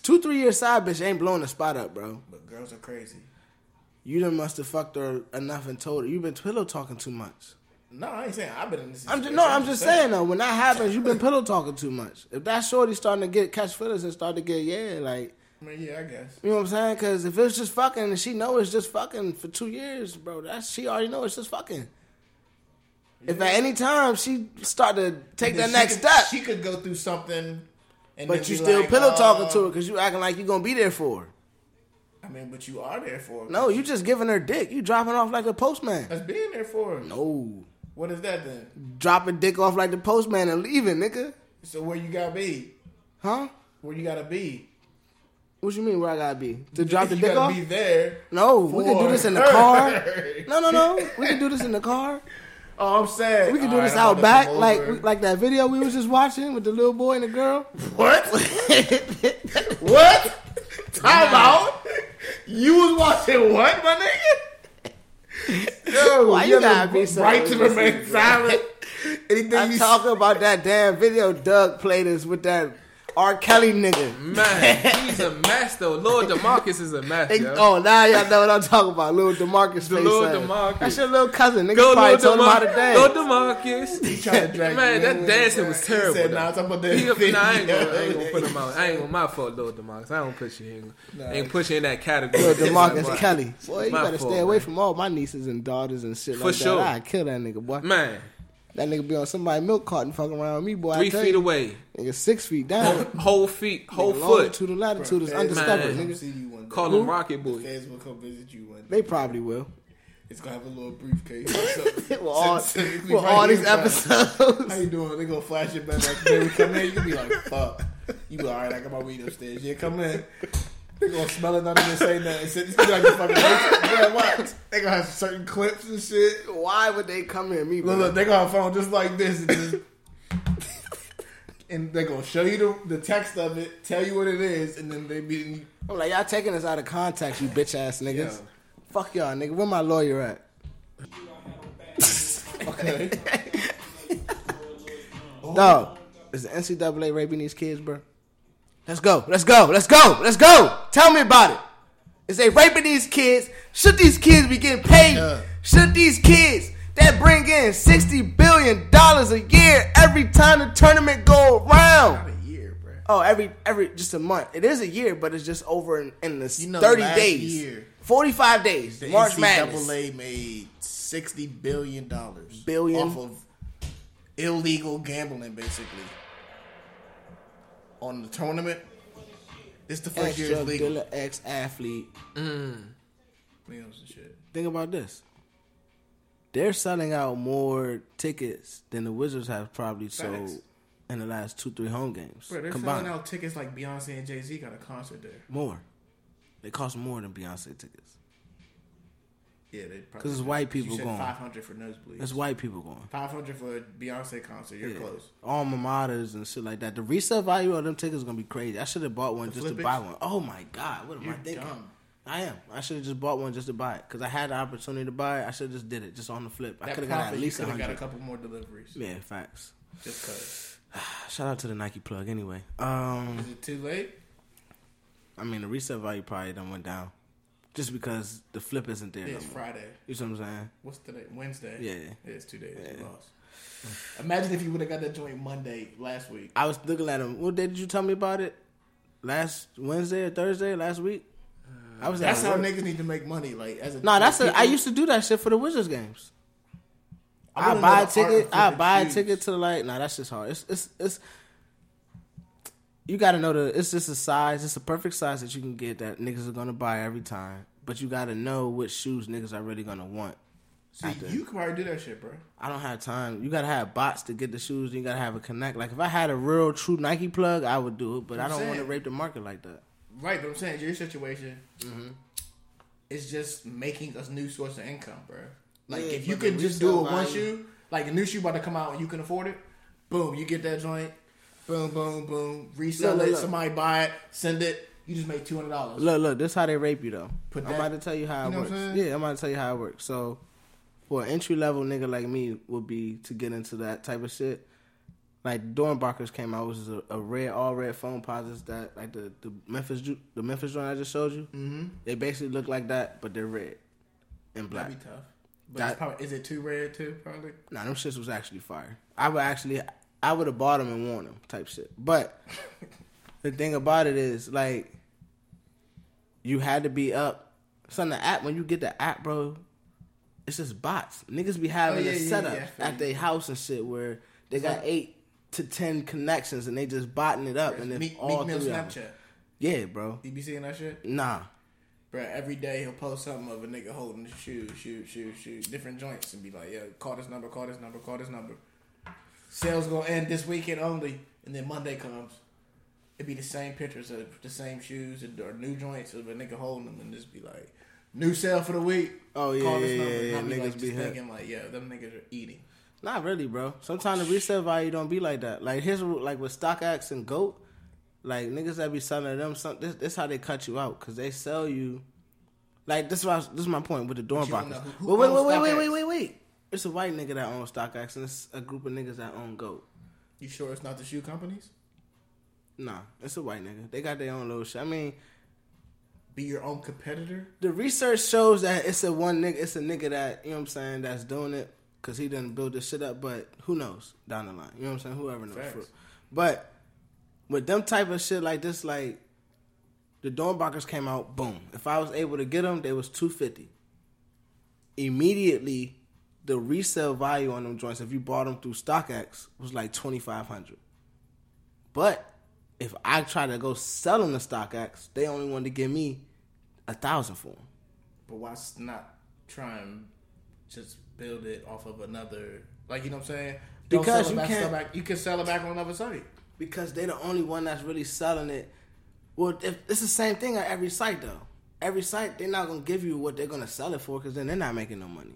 Two, three year side bitch ain't blowing the spot up, bro. But girls are crazy. You done must have fucked her enough and told her. You've been pillow talking too much. No, I ain't saying I've been in this. I'm just, situation. no, I'm just saying uh, though, when that happens, you've been pillow talking too much. If that shorty starting to get catch feelings and start to get, yeah, like, I mean, yeah, I guess. you know what I'm saying? Because if it's just fucking and she know it's just fucking for two years, bro, that she already know it's just fucking. If at any time she start to take that (laughs) She next could- step, She could go through something, and then but you be still like, pillow talking uh, to her because you acting like you gonna be there for her. I mean, but you are there for. her. No, you just giving her dick. You dropping off like the postman. That's being there for. her. No. What is that then? Dropping dick off like the postman and leaving, nigga. So where you gotta be? Huh? Where you gotta be? What you mean where I gotta be? To drop the you dick gotta off? Be there. No, we can do for this in the her. car. No, no, no. We can do this in the car. Oh, I'm sad. We can do All this right, I'm out about to back, come like over. we- like that video we was just watching with the little boy and the girl. what? what? Time out. You was watching what, my nigga? Yo, Why you have gotta the be so right to remain innocent, bro? silent? Anything I'm you talking about that damn video Doug played us with that R. Kelly nigga. Mm-hmm. (laughs) Man, he's a mess though. Lord Demarcus is a mess. They- yo. Oh, now y'all know what I'm talking about. Little Demarcus face. Lil son. DeMarcus. That's your little cousin. Nigga Go probably Lord told him how to Demarcus. Lord dance. (laughs) Demarcus. trying to drag Man, you that in, dancing bro. was He terrible, Said, though. nah, it's about that He up, nah, I (laughs) ain't gonna, I ain't video." gonna put him out. I ain't gonna my fault, Lord Demarcus. I don't put you in. Nah. Ain't put you in that category. Lil Boy. Demarcus Kelly. Boy, you My better fault, stay away man. from all my nieces and daughters and shit For like sure. that. I kill that nigga, boy. Man, That nigga be on somebody's milk carton fucking around with me, boy. I three tell feet you. away, Nigga, six feet whole, down. whole feet, whole Nigga, foot. Longitude and latitude is Feds will undiscovered, come nigga. see you one day. Call him Rocket Boy. Feds will come visit you one day. They probably will. It's gonna have a little briefcase. (laughs) (laughs) or With something. all, Specifically with right all here, these bro. How (laughs) episodes. you doing? They gonna flash it back like, man, we come in, you gonna be like, fuck. You be like, all right, I got my weed upstairs. Yeah, come in. They gonna smell it, not even say nothing. Sit, this be like the fucking man, watch. They gonna have certain clips and shit. Why would they come at me, bro? Look, look, they gonna have a phone just like this, and, just, and they gonna show you the, the text of it, tell you what it is, and then they be I'm like, y'all taking this out of context, you bitch ass niggas. Yeah. Fuck y'all, nigga. Where my lawyer at? okay. Dog, is the NCAA raping these kids, bro? Let's go. Let's go. Let's go. Let's go. Tell me about it. Is they raping these kids? Should these kids be getting paid? Yeah. Should these kids that bring in sixty billion dollars a year every time the tournament go Not around? a year, bro. Oh, every every just a month. It is a year, but it's just over in, in the You know, thirty last days, year, forty-five days. The March NCAA Madness. made sixty billion dollars, Billion? off of illegal gambling, basically, on the tournament. This the first year Extra it's legal. dealer, ex athlete. Meals and shit. Think about this. They're selling out more tickets than the Wizards have probably sold Facts. in the last two, three home games Bro, they're combined. selling out tickets like Beyonce and Jay Z got a concert there. more. They cost more than Beyonce tickets. Yeah, they probably 'Cause it's white people you going. Five hundred for nosebleeds. That's white people going. Five hundred for a Beyonce concert. You're Yeah. close. Alma maters and shit like that. The resale value of them tickets is gonna be crazy. I should have bought one just to flippies? buy one. Oh my god, what am You're I thinking? dumb. I am. I should have just bought one just to buy it because I had the opportunity to buy it. I should have just did it just on the flip. I That could profit, have got at you least a coulda got a hundred. couple more deliveries. Yeah, facts. Just cause. Shout out to the Nike plug anyway. Um. Is it too late? I mean, the resale value probably done went down, just because the flip isn't there. No It's more. Friday. You see what I'm saying? What's today? Wednesday. Yeah. Yeah, it's two days. You lost. Imagine if you would have got that joint Monday last week. I was looking at him. What day did you tell me about it? Last Wednesday or Thursday last week? I was. That's at how work. niggas need to make money. Like as a No, that's people- a, I used to do that shit for the Wizards games. I, wanna buy know a the art of ticket. I flipping buy a shoes. ticket to the like. Nah, that's just hard. It's it's it's. you got to know the. It's just a size. It's a perfect size that you can get that niggas are gonna buy every time. But you got to know which shoes niggas are really gonna want. See, After- you can probably do that shit, bro. I don't have time. You gotta have bots to get the shoes. You gotta have a connect. Like if I had a real true Nike plug, I would do it. But I I'm don't want to saying. rape the market like that. Right, but I'm saying your situation Mm-hmm. is just making a new source of income, bro. Like Yeah, if you but the can just do it resale one value- shoe, like a new shoe about to come out and you can afford it, boom, you get that joint, boom, boom, boom, resell Look, look, it, look. somebody buy it, send it, you just make two hundred dollars. Look, look, this how they rape you though. Put I'm that- about to tell you how you it know what works. I'm saying? Yeah, I'm about to tell you how it works. So, for an entry level nigga like me, would be to get into that type of shit. Like Dornbachers came out, which is a, a red, all red phone posits that like the the Memphis ju- the Memphis joint I just showed you. Mm-hmm. They basically look like that, but they're red and black. That'd be tough. But That- it's probably, is it too red too? Probably. Nah, them shits was actually fire. I would actually, I would have bought them and worn them type shit. (laughs) But the thing about it is, like, you had to be up. Son, the app, when you get the app, bro, it's just bots. Niggas be having Oh, yeah, a yeah, yeah, setup I feel at you. their house and shit where they got eight to ten connections and they just botting it up. And then Meek, Meek all Mill three of them. Snapchat. Yeah, bro. You be seeing that shit? Nah. Bruh, every day he'll post something of a nigga holding the shoe, shoe, shoe, shoe, different joints, and be like, "Yo, call this number, call this number, call this number." Sales gonna end this weekend only, and then Monday comes. It'd be the same pictures of the same shoes and or new joints of a nigga holding them, and just be like, "New sale for the week." Oh, yeah, yeah, yeah, And I'll yeah, be niggas like, just be hip. thinking like, "Yo, them niggas are eating." Not really, bro. Sometimes the resale value don't be like that. Like here's what- like with StockX and Goat, like niggas that be selling them, some, this this how they cut you out because they sell you. Like this is what I was, this is my point with the dorm you don't boxes. know Wait, who- who wait, wait, owns wait, wait, StockX. wait, wait, wait. It's a white nigga that owns StockX and it's a group of niggas that own Goat. You sure it's not the shoe companies? Nah, it's a white nigga. They got their own little shit. I mean, Be your own competitor. the research shows that it's a one nigga, it's a nigga that you know what I'm saying that's doing it because he didn't build this shit up. But who knows down the line? You know what I'm saying? Whoever knows. Facts. For- But with them type of shit like this, like the Dornbachers came out, boom. If I was able to get them, they was two fifty. Immediately, the resale value on them joints, if you bought them through StockX, was like twenty five hundred. But if I try to go sell them to StockX, they only wanted to give me a thousand for them. But why s- not try and just build it off of another? Like you know what I'm saying? Because sell it you back, can't- sell back. You can sell it back on another site. because they the only one that's really selling it. Well, if, it's the same thing on every site though. Every site they're not gonna give you what they're gonna sell it for because then they're not making no money.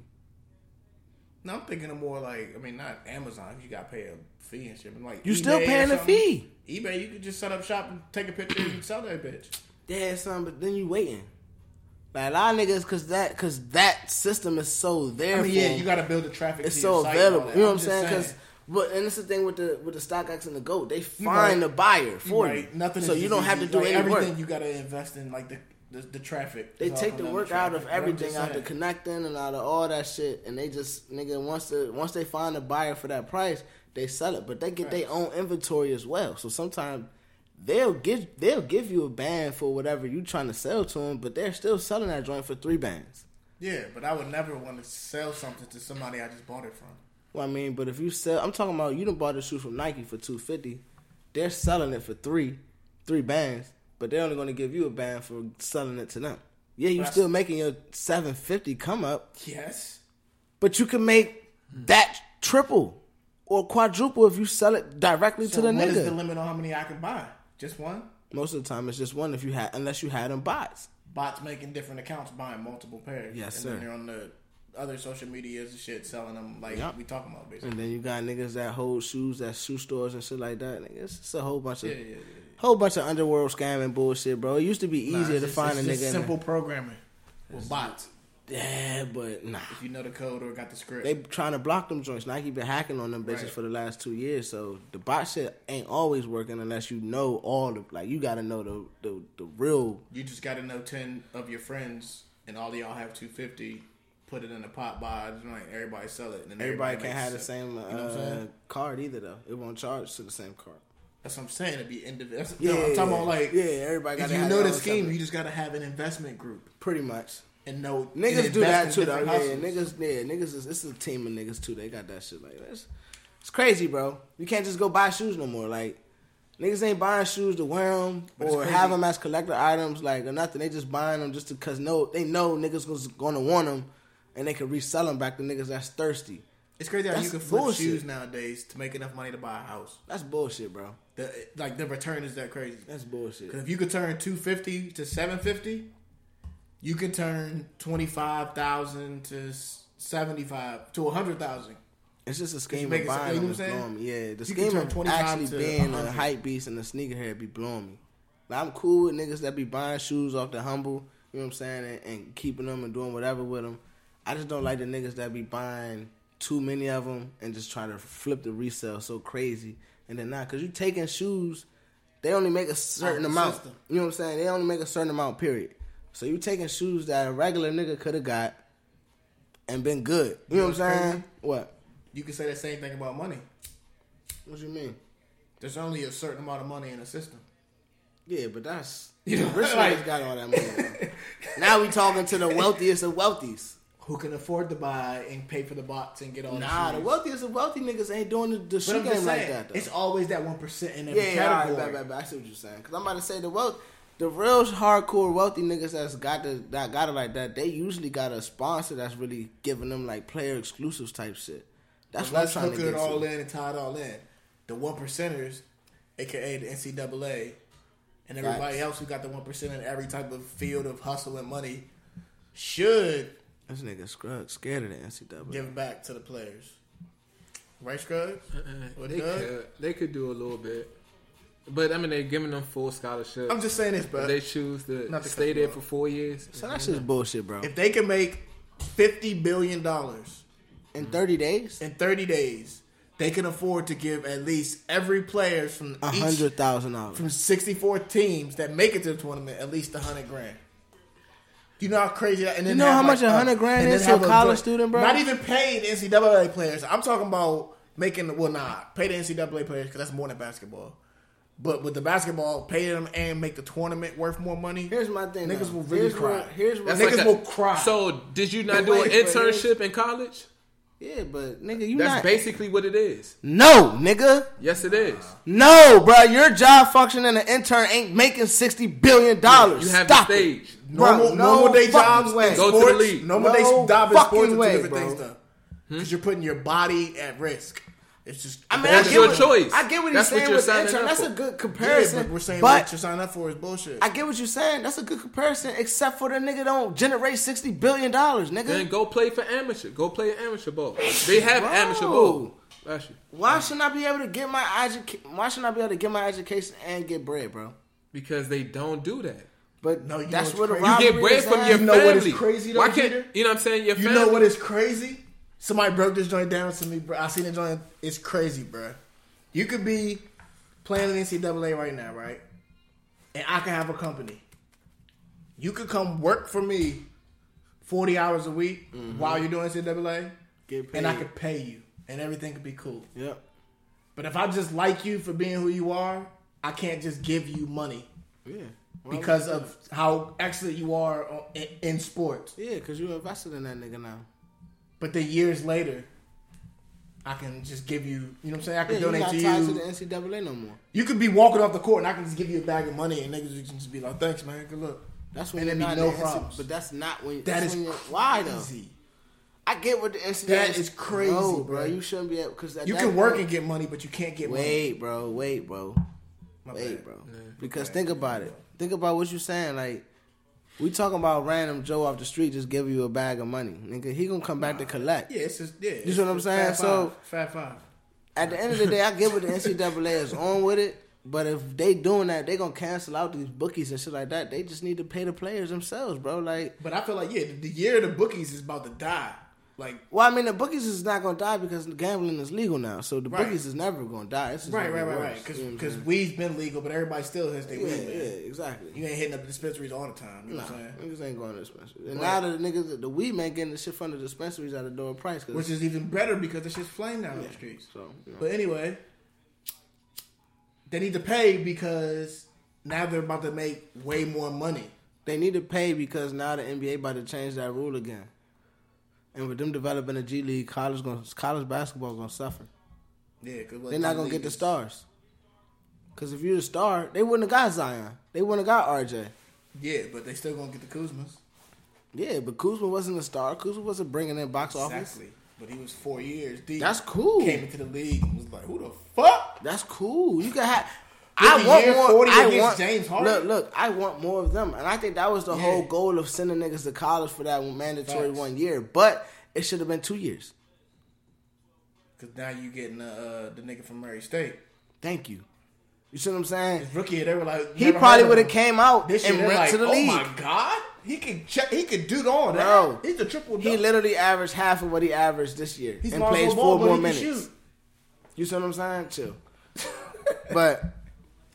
No, I'm thinking of more like I mean, not Amazon. You got to pay a fee and shit. But like You still eBay or paying a something. fee. eBay, you could just set up shop and take a picture and sell that bitch. They had some, but then you waiting. Like a lot of niggas, cause that, cause that system is so there. I mean, for yeah, 'em. you got to build the traffic. It's to so your site and all available. that. You know what I'm I'm just saying? Cause, but and it's the thing with the with the StockX and the Goat, they right. find the buyer for you. right, nothing. is so you just don't easy. have to do like, any everything. work. You got to invest in like the the, the traffic. They It's all take the another work out traffic, of but I'm just everything, out the saying. connecting and out of all that shit, and they just nigga once the once they find a buyer for that price, they sell it. But they get their own inventory as well. So sometimes they'll give they'll give you a band for whatever you trying to sell to them, but they're still selling that joint for three bands. Yeah, but I would never want to sell something to somebody I just bought it from. Well, I mean, but if you sell, I'm talking about you done bought a shoe from Nike for two fifty, they're selling it for three, three bands, but they're only going to give you a band for selling it to them. Yeah, you That's- still making your seven fifty come up. Yes. But you can make that triple or quadruple if you sell it directly So to the what is nigga. the limit on how many I can buy? Just one? Most of the time, it's just one if you had, unless you had them bots. Bots making different accounts, buying multiple pairs. Yes, and sir. then they're on the other social medias and shit, selling them like Yup. we talking about, basically. And then you got niggas that hold shoes at shoe stores and shit like that. Nigga, it's just a whole bunch of Yeah, yeah, yeah. whole bunch of underworld scamming bullshit, bro. It used to be Nah, easier it's to just- find it's a just nigga. simple programming with bots. in a, yeah, but nah. If you know the code or got the script. They trying to block them joints. Nike been hacking on them bitches Right. for the last two years, so the bot shit ain't always working unless you know all the like. You got to know the, the the real you just got to know 10 of your friends, and all y'all have 250. Put it in a pot, buy it, right, everybody sell it. And then Everybody can't makes have the it. same uh, You know what I'm saying? card either, though. It won't charge to the same card. That's what I'm saying. It'd be individual. Yeah, I'm talking about like, yeah, everybody got if to you have know their the own scheme, separate- you just got to have an investment group. pretty much. and no Niggas and do that invest too, in though. different Yeah, hustles. niggas, yeah, niggas. Is, it's a team of niggas too. They got that shit like that's. It's crazy, bro. You can't just go buy shoes no more. Like, Niggas ain't buying shoes to wear them or have them as collector items, like or nothing. They just buying them just because no, they know niggas was gonna want them, and they can resell them back to niggas that's thirsty. It's crazy how you That's can flip bullshit. shoes nowadays to make enough money to buy a house. That's bullshit, bro. The, like the return is that crazy. That's bullshit. Because if you could turn two fifty to seven fifty, you can turn twenty five thousand to seventy five to hundred thousand. It's just a you scheme make of it so- buying you know them. what is I'm saying? blowing me. Yeah, the You can scheme turn of 25 actually to being a 100. hype beast and a sneakerhead be blowing me. Now I'm cool with niggas that be buying shoes off the humble. You know what I'm saying? And, and keeping them and doing whatever with them. I just don't like the niggas that be buying too many of them and just trying to flip the resale so crazy. And then not because you taking shoes, they only make a certain the amount. system. You know what I'm saying? They only make a certain amount. Period. So you taking shoes that a regular nigga could have got and been good. You know what I'm what's saying? crazy? What? You can say that same thing about money. What you mean? There's only a certain amount of money in the system. Yeah, but that's (laughs) You know, rich like- niggas got all that money. bro. now we talking (laughs) to the wealthiest of wealthies. Who can afford to buy and pay for the box and get all Nah, the the shoes? wealthiest of wealthy niggas ain't doing the, the But shoe I'm game just like saying, that though. it's always that one percent in every yeah, yeah, all right, category. bet, bet, bet. I see what you're saying. Cause I'm about to say the wealth, the real hardcore wealthy niggas that's got the that got it like that. They usually got a sponsor that's really giving them like player exclusives type shit. That's what I'm Let's trying hook to get it all to. in and tie it all in. The one percenters, aka the NCAA, and everybody Facts. else who got the one percent in every type of field of hustle and money, should This nigga scrug scared of the NCAA. give back to the players. Right, Scruggs? Well, Uh-uh, they Doug? could they could do a little bit, but I mean they're giving them full scholarship. I'm just saying this, But bro. they choose to Not to stay cut there you for four years. So that's just bullshit, bro. if they can make fifty billion dollars In 30 days, in thirty days, they can afford to give at least every player from a each hundred thousand dollars. from 64 teams that make it to the tournament at least 100 grand. You know how crazy that. And then You know have how like much a 100 grand and is then to a have college student, bro? Not even paid NCAA players. I'm talking about making well, nah, pay the NCAA players because that's more than basketball. But with the basketball, pay them and make the tournament worth more money. Here's my thing. Niggas though. will really here's cry. Where, here's where, That's Niggas like a- will cry. So did you not do an Wait, wait, internship in college? yeah, but nigga, you That's not. basically what it is. no, nigga, Yes, it is. no, bro. Your job function and an intern ain't making sixty billion dollars. You have Stop the it. stage. Bro, normal, no normal day fucking jobs way. in Go to the sports. league. Normal No day job in fucking sports are two way, different bro. things though. Because you're putting your body at risk. It's just I mean, That's I get your what, choice. I get what he's That's what saying you're with the signing intern. up That's for. a good Yeah, comparison. but we're saying but what you're signing up for is bullshit. I get what you're saying. That's a good comparison, except for the nigga don't generate sixty billion dollars, nigga. Then go play for amateur. Go play amateur ball. They have Bro. amateur ball. Bless you. why shouldn't I be able to get my educa- Why shouldn't I be able to get my education and get bread, bro? Because they don't do that. But No, you know that's what's where the crazy? You robbery get bread is from at. your You know what is family. crazy though, Why can't Jeter? you know what I'm saying? Your You family. know what is crazy? Somebody broke this joint down to me, bro. I seen the joint. It's crazy, bro. You could be playing in NCAA right now, right? And I can have a company. You could come work for me forty hours a week while you're doing NCAA, Mm-hmm. Get and I paid. could pay you, and everything could be cool. Yep. But if I just like you for being who you are, I can't just give you money Yeah. Why would- because of how excellent you are on- in, in sports. Yeah, because you invested in that nigga now. But then years later, I can just give you, you know what I'm saying? I can Yeah, you donate not to tied to the you. NCAA no more. You could be walking off the court and I can just give you a bag of money and niggas can just be like, thanks, man, good luck. That's when And you're there'd not in be no the NC problems. But that's not when. That that's is when you're- crazy. why though. I get what the NCAA. That is crazy, No, bro. You shouldn't be because You can work and get money, but you can't get money. Wait, bro. Wait, bro. My Wait, bad. bro. Because think about it. Think about what you're saying. Like we talking about random Joe off the street just give you a bag of money, nigga. He gonna come back to collect. Yeah, it's just, yeah. You see what I'm saying? So- Fat five. At the end of the day, I get what the NCAA is on with it. But if they doing that, they gonna cancel out these bookies and shit like that. They just need to pay the players themselves, bro. Like, But I feel like, yeah, the- the year of the bookies is about to die. Like, well, I mean, the bookies is not gonna die because gambling is legal now. So the Right. bookies is never gonna die. It's just right, gonna right, be right, worse. right. Because You know what I'm saying? weed's been legal, but everybody still has their weed. yeah, man. yeah, exactly. You ain't hitting up the dispensaries all the time. You know Nah, what I'm saying? niggas ain't going to dispensaries. And now the niggas, the weed man getting the shit from the dispensaries at a lower price. Cause Which is even better because it's just flame down the streets. so, you know. But anyway, they need to pay because now they're about to make way more money. They need to pay because now the NBA about to change that rule again. And with them developing a G League, college going college basketball gonna suffer. Yeah, because They're not gonna get the stars. Because if you're a star, they wouldn't have got Zion. They wouldn't have got RJ. Yeah, but they still gonna get the Kuzmas. Yeah, but Kuzma wasn't a star. Kuzma wasn't bringing in box office. Exactly. But he was four years deep. That's cool. Came into the league and was like, "Who the fuck?" That's cool. You can have. Every I want year, more. 40 I against want James Harden. Look, look. I want more of them, and I think that was the whole goal of sending niggas to college for that mandatory Facts. one year. But it should have been two years. Because now you getting uh, the nigga from Murray State. Thank you. You see what I'm saying? His rookie, year, they were like, He never heard probably of would have him. came out This year, and they're went like, to the oh league. my god, he can check, he can do it all that. Bro. he's a triple. He double. literally averaged half of what he averaged this year He's and Lonzo plays Ball, four but more he can minutes. shoot. You see what I'm saying? Chill. (laughs) but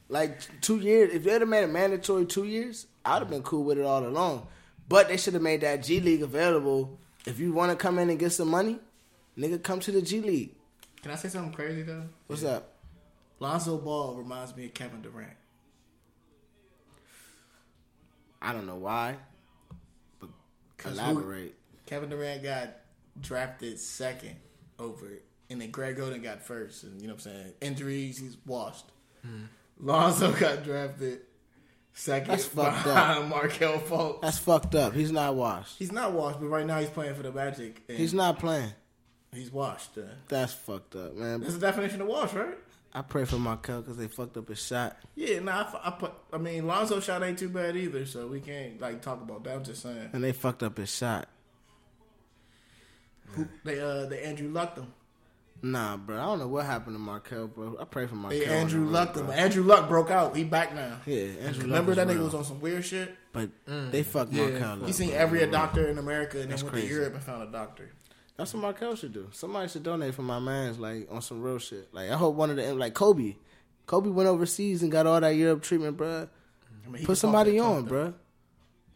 like two years, if they'd have made it mandatory two years, I'd have been cool with it all along. But they should have made that G League available. If you want to come in and get some money, nigga, come to the G League. Can I say something crazy though? What's up? Lonzo Ball reminds me of Kevin Durant. I don't know why. But 'Cause who- elaborate. Kevin Durant got drafted second over, and then Greg Oden got first. And you know what I'm saying? Injuries, he's washed. Hmm. Lonzo got drafted second That's fucked behind (laughs) Markel Fultz. That's fucked up. He's not washed. He's not washed, but right now he's playing for the Magic. And He's he's, not playing. washed. Uh, That's fucked up, man. that's the definition of wash, right? I pray for Markel because they fucked up his shot. Yeah, nah, I, fu- I put. I mean, Lonzo shot ain't too bad either, so we can't like talk about that. I'm just saying And they fucked up his shot. they uh they Andrew Lucked him. Nah, bro. I don't know what happened to Markel, bro. I pray for Markel. They Andrew on the Lucked road, him. bro. Andrew Luck broke out. He back now. Yeah, Andrew Remember Luck that was nigga real. was on some weird shit. But they fucked Yeah. Markel. He up, seen bro. every doctor in America and then went crazy. to Europe and found a doctor. That's what Markel should do. Somebody should donate for my man's like on some real shit. Like I hope one of the like Kobe. Kobe went overseas and got all that Europe treatment, bruh. I mean, he Put could talk somebody that talk, on, though.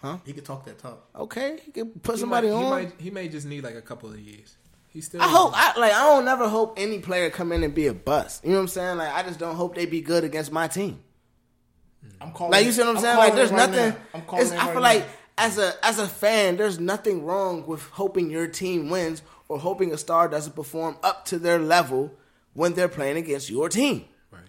bruh. He could talk that talk. Okay, he can put somebody he might, on. He, might, he may just need like a couple of years. He still. I hope I like I don't never hope any player come in and be a bust. You know what I'm saying? Like I just don't hope they be good against my team. I'm calling. Mm. Like you see what I'm, saying? Like calling there's it right nothing. now. I'm calling. it's- it I right feel now. like as a as a fan, there's nothing wrong with hoping your team wins or hoping a star doesn't perform up to their level when they're playing against your team. Right.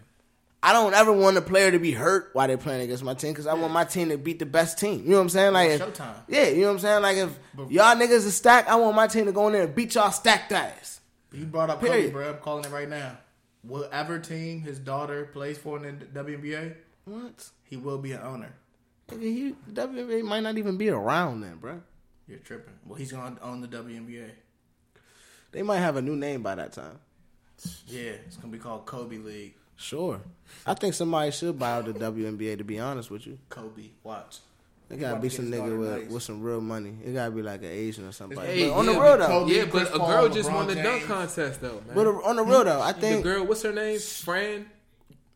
I don't ever want a player to be hurt while they're playing against my team because I want my team to beat the best team. You know what I'm saying? Like, if- showtime. yeah, you know what I'm saying? Like, if y'all niggas is stacked, I want my team to go in there and beat y'all stacked ass. You brought up Period. Kobe, bro. I'm calling it right now. Whatever team his daughter plays for in the WNBA, What? he will be an owner. Nigga, he, WNBA might not even be around then, bruh. You're tripping. Well, he's going to own the WNBA. They might have a new name by that time. Yeah, it's going to be called Kobe League. Sure. I think somebody should buy out the WNBA. To be honest with you, Kobe, watch. it gotta be some nigga with, Nice. with some real money. It gotta be like an Asian or somebody. Hey, but on the yeah, real but- though, Kobe, Yeah, Chris but a Paul, girl just LeBron won the dunk James. contest though, man. but on the real though, I the think girl, what's her name? Fran.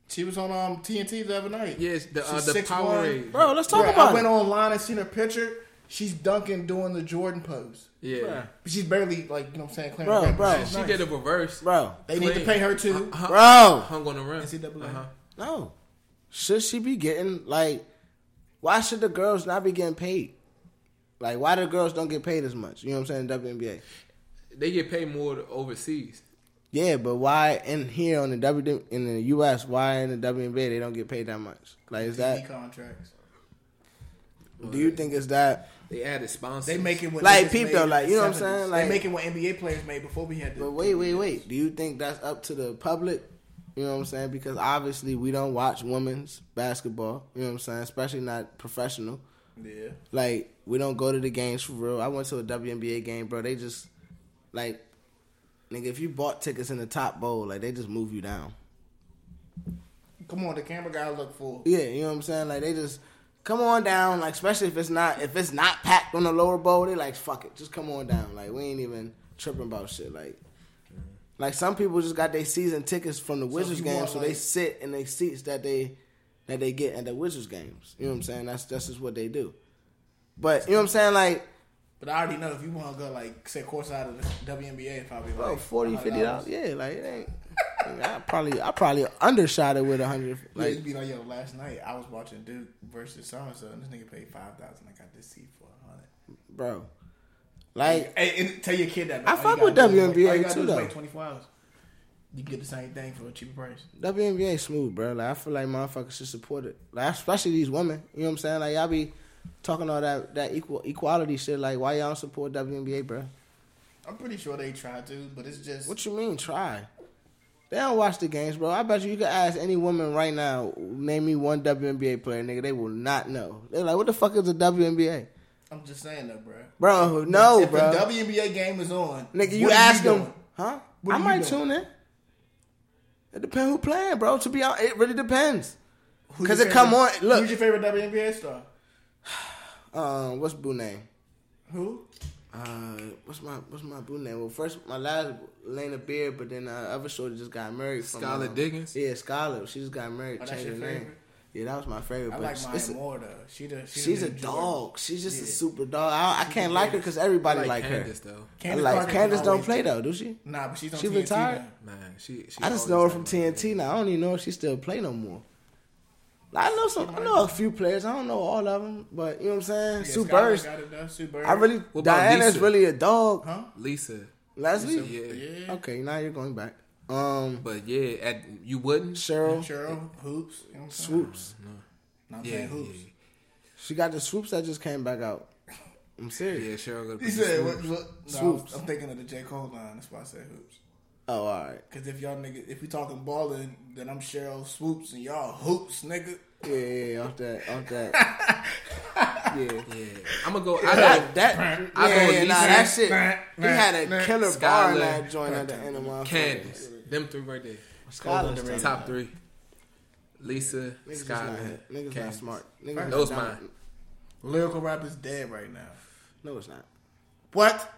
She was on um, TNT the other night. Yes, the uh, She's the 6'1". Powerade. bro. Let's talk Bro, I about went it. online and seen her picture. She's dunking doing the Jordan pose. Yeah, But She's barely, like, you know what I'm saying? clearing Bro, the rim. bro. She's she nice. did a reverse. bro, They need to clean. pay her, too. Huh, bro. hung on the rim. NCAA. Uh-huh. No, should she be getting like? Why should the girls not be getting paid? Like, why the girls don't get paid as much? You know what I'm saying? WNBA. They get paid more to- overseas. Yeah, but why in here on the W in the U.S. Why in the WNBA they don't get paid that much? Like, is TV that? contracts. Do you think it's that? They added sponsors. They make it when Like, niggas peep made though, in like, the you know what I'm 70s. saying? Like- they make it what NBA players made before we had. The But wait, wait, wait. Do you think that's up to the public? You know what I'm saying? Because obviously we don't watch women's basketball. You know what I'm saying? Especially not professional. Yeah. Like we don't go to the games for real. I went to a WNBA game, bro. They just like nigga, if you bought tickets in the top bowl, like they just move you down. Come on, the camera guy look full. Yeah, you know what I'm saying? Like they just come on down, like especially if it's not if it's not packed on the lower bowl, they like fuck it, just come on down. Like we ain't even tripping about shit. Like like some people just got their season tickets from the Wizards you game, want, so they like- sit in their seats that they that they get at the Wizards games. You know what I'm saying? That's that's just what they do. But you know what I'm saying? Like But I already know if you want to go like say courtside of the WNBA, it's probably bro, like "Oh forty, fifty dollars. $100. Yeah, like it ain't. I, mean, I probably I probably undershot it with a hundred. Like, Like it'd be like, yo, last night I was watching Duke versus so and so, and this nigga paid five thousand. I got this seat for a hundred. bro, like Hey, and tell your kid that. I All you fuck gotta with do is wait- WNBA all you gotta too, do is though. Wait twenty four hours. You get the same thing for a cheaper price. WNBA smooth, bro. Like I feel like motherfuckers should support it. Like especially these women. You know what I'm saying? Like y'all be talking all that that equal equality shit. Like why y'all don't support WNBA, bro? I'm pretty sure they try to, but it's just What you mean try? They don't watch the games, bro. I bet you you can ask any woman right now, name me one WNBA player, nigga. They will not know. They're like, what the fuck is a WNBA, I'm just saying though, bro. bro? No, if bro. the WNBA game is on, nigga, you what are ask them, doing? huh? What I are you might doing? tune in. It depends who playing, bro. To be honest, it really depends. Who's 'Cause your it come favorite- on- look. who's your favorite WNBA star? Um, what's boo name? Who? Uh, what's my what's my boo name? Well, first my last Lena Beard, but then uh, other shorty just got married. From, Skylar um, Diggins? Yeah, Scarlett. She just got married. Oh, that's changed her your name. favorite? Yeah, that was my favorite. I but like it's Maya a- Moore though. She the, she the she's a new Jordan. dog. She's just a Yeah. super dog. I, I can't like her because everybody like, her. Candace though. I Candace like Parker Candace can don't always play do- though, do she? Nah, but she's on She TNT retired? now. Man, she. she I just always know her from like- TNT now. I don't even know if she still play no more. I know some. I know a few players. I don't know all of them, but you know what I'm saying. Yeah, Sue Skylar Birds. got it done. Sue Bird. I really What about Diana's Lisa? really a dog. Huh? Lisa. Leslie. Yeah. Yeah. Okay, now you're going back. Um, But yeah, at, you wouldn't. Cheryl Cheryl hoops. You know what I'm saying? Swoops. No, I'm Yeah, saying hoops. yeah. She got the swoops that just came back out. I'm serious. Yeah, Cheryl. Gonna He said, what, what? No, I was- Swoops. I'm thinking of the J. Cole line. That's why I said hoops. Oh, all right. Because if y'all niggas, if we talking balling, then I'm Cheryl Swoops and y'all hoops, nigga. Yeah, yeah, yeah, off that, off that. yeah. Yeah, I'm gonna go. I That, got that, I yeah, go yeah, nah, Lisa. that shit. He had a killer bar in Skylar. that joint at the end of my Candace. Them three right there. Skylar's Top three. Lisa, Niggas, just not, Skylar, niggas not Candace. smart. Niggas Those not- mine. Lyrical rap is dead right now. No, it's not. What?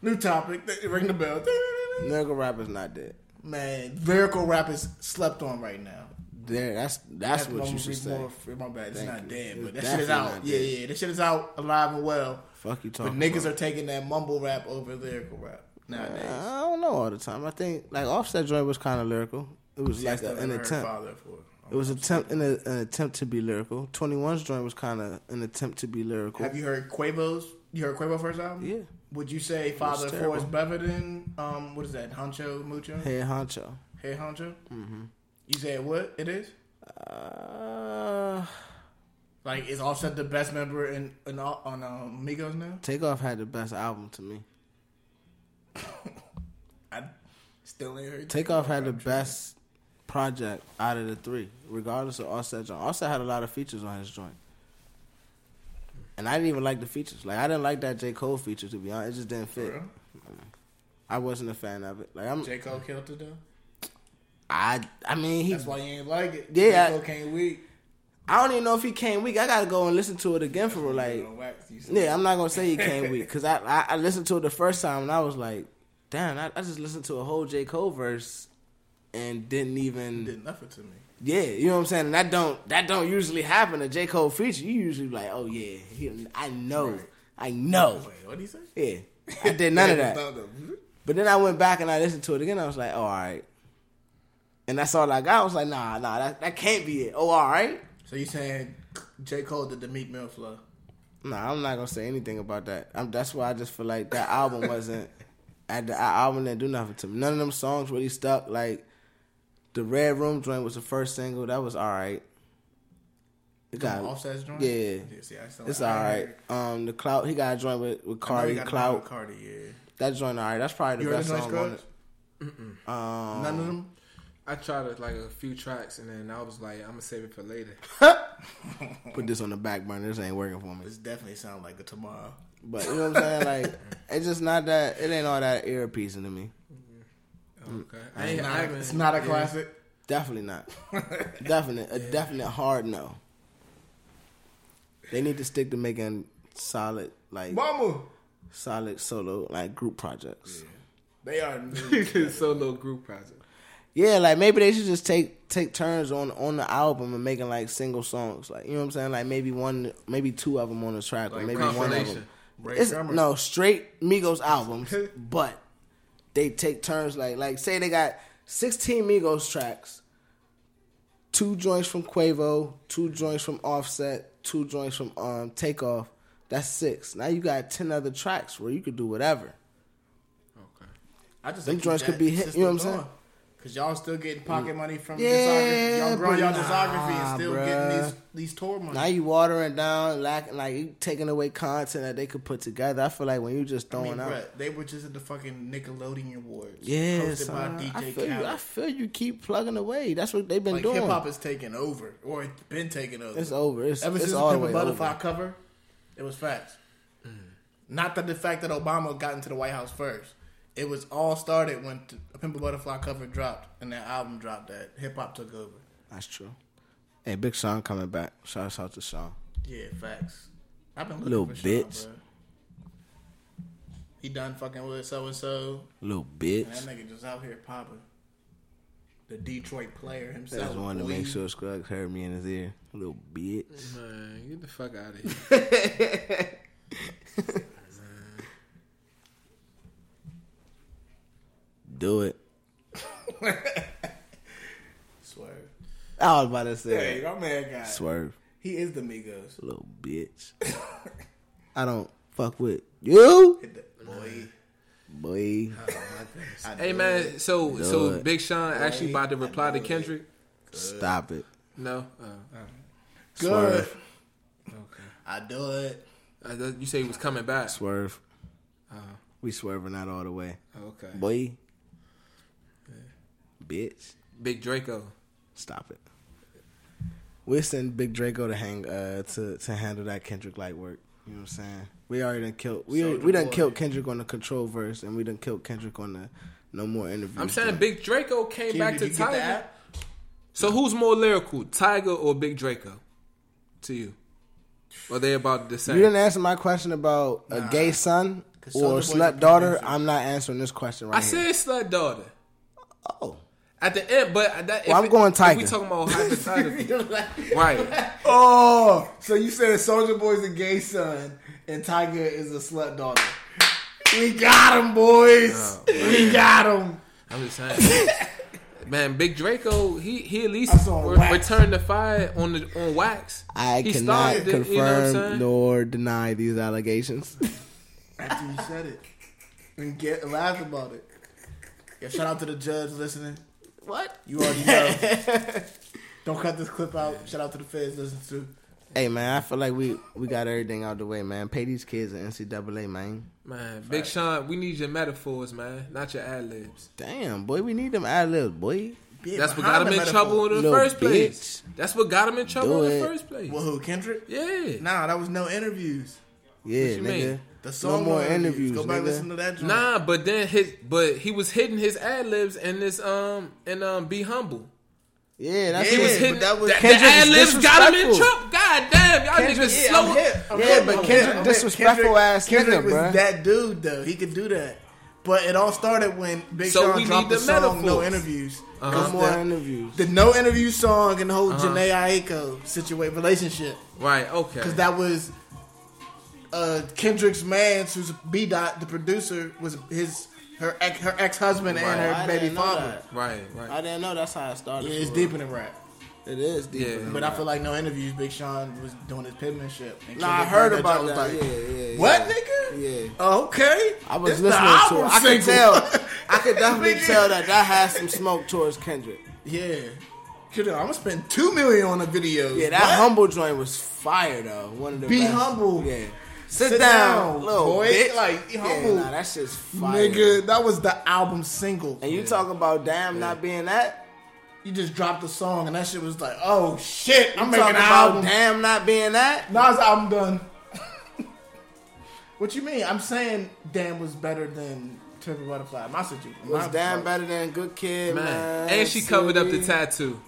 New topic. Ring the bell. (laughs) Lyrical rapper's not dead. Man, lyrical rap is slept on right now. There, that's that's, That's what you I'm gonna should read say. more for- My bad. It's Thank not you. dead, but It's that shit is definitely out. not Yeah, dead. yeah. That shit is out alive and well. Fuck you But talking. niggas about. are taking that mumble rap over lyrical rap nowadays. I don't know all the time. I think like Offset joint was kind of lyrical. It was Yeah, I like still a, an haven't heard attempt. Father for It was attempt in a, an attempt to be lyrical. 21's joint was kind of an attempt to be lyrical. Have you heard Quavo's? You heard Quavo first album? Yeah. Would you say Father terrible. Four is better than um what is that? Honcho Mucho? Hey, Hey Honcho. Honcho. Mm-hmm. You said what? It is Uh, like is Offset the best member in, in all, on um, Migos now? Takeoff had the best album to me. I still ain't heard. Takeoff had the best project out of the three, regardless of Offset joint. Offset had a lot of features on his joint, and I didn't even like the features. Like I didn't like that J Cole feature to be honest. It just didn't fit. Bro, I wasn't a fan of it. Like I'm, J Cole killed it though. I, I mean, he That's why you ain't like it. Yeah, J I- Cole came weak. I don't even know if he came weak. I gotta go and listen to it again for real, You like. know, wax, you said. Yeah, I'm not gonna say he came weak because I, I I listened to it the first time and I was like, damn, I, I just listened to a whole J Cole verse and didn't even did nothing to me. yeah, you know what I'm saying. And that don't that don't usually happen a J Cole feature. You usually like, oh yeah, he, I know, I know, Wait, what did he say? yeah. I Oh. did none of Yeah, that. the- But then I went back and I listened to it again. I was like, oh, all right. And that's all I got. I was like, nah, nah, that, that can't be it. Oh, all right. So you saying J Cole did the Meek Mill flow? Nah, I'm not gonna say anything about that. i that's why I just feel like that (laughs) album wasn't. at the that album didn't do nothing to me. None of them songs really stuck. Like the Red Room joint was the first single. That was all right. It got Offset's joint. Yeah, see, I still, it's I all heard- right. Um, the Clout he got a joint with with I know Cardi you got Clout. Cardi, yeah. That joint all right. That's probably You the heard best the joint song on Scrubs? it. Um, None of them. I tried like a few tracks and then I was like, I'm gonna save it for later. put this on the back burner. This ain't working for me. This definitely sound like a tomorrow. But you know what I'm saying? Like (laughs) it's just not that. It ain't all that ear piecing to me. Mm. Okay, I It's ain't. not, I it's haven't- not a yeah. classic. Definitely not. definite a definite hard no. They need to stick to making solid like Mama, solid solo like group projects. they are. new. (laughs) (laughs) It's solo group project. Yeah. like maybe they should just take take turns on on the album and making like single songs. Like you know what I'm saying? Like maybe one, maybe two of them on the track, or Like maybe one of them. compilation. Ray It's, Summer. no straight Migos albums, but they take turns. Like like say they got 16 Migos tracks, two joints from Quavo, two joints from Offset, two joints from um Takeoff. That's six. Now you got 10 other tracks where you could do whatever. Okay. I just Them think joints that could be hit. You know what I'm system saying? Mm. going. Cause y'all still getting pocket money from Yeah, discography. Y'all growing y'all but discography nah, and still bruh. getting these these tour money. Now you watering down, lack, like you taking away content that they could put together. I feel like when you just I throwing mean, out, bruh, they were just at the fucking Nickelodeon Awards. yeah, hosted son, by DJ uh, I feel you. Khaled. I feel you keep plugging away. That's what they've been Like doing. hip hop is taking over, or it's been taking over. It's over. It's, Ever it's since all the the way Pimp a over. Butterfly cover, it was facts. Not that the fact that Obama got into the White House first. It was all started when t- a Pimp a Butterfly cover dropped and that album dropped. That hip hop took over. That's true. Hey, Big Sean coming back. Shouts out to Sean. Yeah, facts. I've been looking Little for bitch. Sean, bruh. He done fucking with so and so, Little and that bitch. nigga just out here popping. The Detroit player I himself. just wanted to boy. make sure Scruggs heard me in his ear. Little bitch. Man, get the fuck out of here. Do it. Swerve. I was about to say Hey, my man got. swerve. He is the Migos. Little (laughs) bitch. I don't fuck with you, Hit the boy. boy. I (laughs) Hey do it. man, so so Lord. Big Sean actually about to reply to Kendrick? Stop it. No, uh, uh, Good. Swerve. I do it. I thought Uh, you say he was coming back. Swerve. Uh-huh. Oh, We swerving out all the way, okay. boy. Bitch. Big Draco. Stop it. We'll send Big Draco to hang uh to to handle that Kendrick light work. You know what I'm saying? We already done killed we Soulja we done Boy. killed Kendrick on the control verse and we done killed Kendrick on the no more interviews. I'm saying Big Draco came Q, did back to you get the Tiger. app? So who's more lyrical, Tiger or Big Draco? To you, or they about the You same? didn't answer my question about a gay son 'Cause Soulja or Boy's a slut daughter. producer. I'm not answering this question right I here. said slut daughter Oh. at the end, but that, if Well, I'm it- going If Tiger. we talking about hypothetical, (laughs) right? Oh, so you said Soldier Boy's a gay son and Tiger is a slut daughter. We got him, boys. we got him. I'm just saying. (laughs) Man, Big Draco, he he at least I saw re- wax. returned the fire on the on wax. I he cannot started confirm it, you know what I'm saying? nor deny these allegations. After you said it and get laughed about it. Yeah, shout out to the judge listening. what? You already know. Don't cut this clip out. Shout out to the feds listening Hey man, I feel like we we got everything out the way, man. Pay these kids at NCAA, man. Man, Big Sean, we need your metaphors, man, not your ad libs. Damn, boy, we need them ad libs, boy. to. Yeah, That's what got behind him the in metaphor. trouble in the Little first bitch. place. That's what got him in trouble Do in the it. first place. Well, who, Kendrick? Yeah. Nah, that was no interviews. Yeah, nigga. you mean? The song more on interviews. interviews, Go back nigga. and listen to that. Joint. Nah, but then his but he was hitting his ad libs in this um and um be humble. Yeah, that's He Yeah, was but it. hitting that that was- was, the, Kendrick ad libs is got him in disrespectful. trouble. God damn, y'all Kendrick- niggas yeah, slow. I'm hip. I'm Yeah, hip. but I'm Kendrick hip. disrespectful Kendrick- ass nigga, Kendrick was bruh. that dude though. He could do that. But it all started when Big So Sean we dropped the, need the song "No metaphors. Interviews." That's No more the interviews. The no interview song and the whole Uh-huh. Janae Aiko situation relationship Right, okay. because that was uh, Kendrick's man, who's B Dot, the producer, was his her ex, her ex husband and Right. her I baby didn't know father. right, right. I didn't know that's how it started. Yeah, it's for deep in the rap. real. It is deep. Yeah. in But I feel like no interviews. Big Sean was doing his penmanship. And Nah, I Kendrick heard heard about joint, that. was Yeah, yeah, yeah. What, nigga? Yeah. Okay. I was This the listening to it. album I could single. tell. I could definitely Nigga. tell that that has some smoke towards Kendrick. (laughs) Yeah. Kiddo, I'm gonna spend two million on a video. Yeah, that humble joint was fire though. One of the Be best. humble. Yeah. Sit, Sit down, down, little boy. bitch. Like, yeah, humble. Nah, that shit's fire. nigga. That was the album single. And you talking about damn not being that? You just dropped the song, and that shit was like, oh shit, I'm You making talking an about album. damn not being that? Nas album done. (laughs) what you mean? I'm saying Damn was better than Turbo Butterfly. My situation. Was my damn fault. better than good kid, man. Man. And she covered up the tag. tattoo.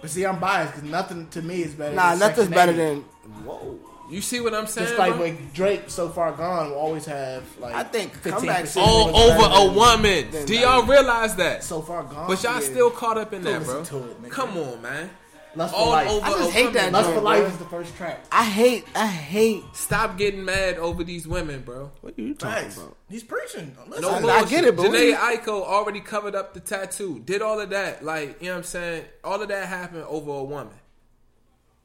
But see, I'm biased because nothing to me is better. Nah, than nothing's Section better 80. than. Whoa. You see what I'm saying? Just like bro? when Drake, so far gone, will always have like I think 15% comeback was Oh, all better over than- a woman. than Do that. y'all realize that? So far gone, But y'all yeah. still caught up in Don't that, bro. listen to it, nigga. Come on, man. Lust for All life. over I just a hate woman. that Lust joint. for life is the first track. I hate. I hate. Stop getting mad over these women, bro. What are you talking Facts. about? He's preaching. Listen, No I- I bullshit. get it, but what Jhené you- Aiko already covered up the tattoo. Did all of that. Like, you know what I'm saying? All of that happened over a woman.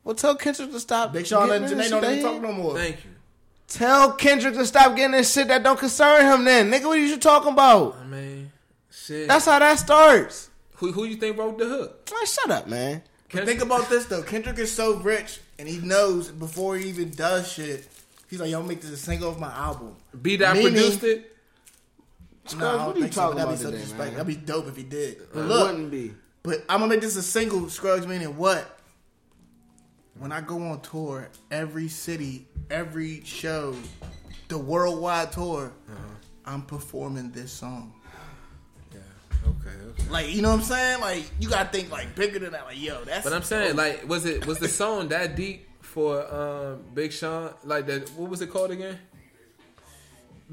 Well, tell Kendrick to stop. Big Sean getting and this Janae shit don't that even he- talk no more. Thank you. Tell Kendrick to stop getting this shit that don't concern him. Then, nigga, what are you talking about? I mean, shit. That's how that starts. Who who you think wrote the hook? Man, shut up, man. But think about this though. Kendrick is so rich, and he knows before he even does shit. He's like, "Y'all make this a single of my album." B Dot Meaning- produced it. Scrubs, I don't what are you think so, talking but that'd about be so today, disrespectful. man? That'd be dope if he did. But It look, wouldn't be. But I'm gonna make this a single, Scruggs. Meaning what? When I go on tour, every city, every show, the worldwide tour, Uh-huh. I'm performing this song. Yeah. Okay. Okay. Like, you know what I'm saying? Like, you gotta think like bigger than that. Like, yo, that's. But I'm saying, Oh. like, was it was the song that deep for um Big Sean? Like that? What was it called again?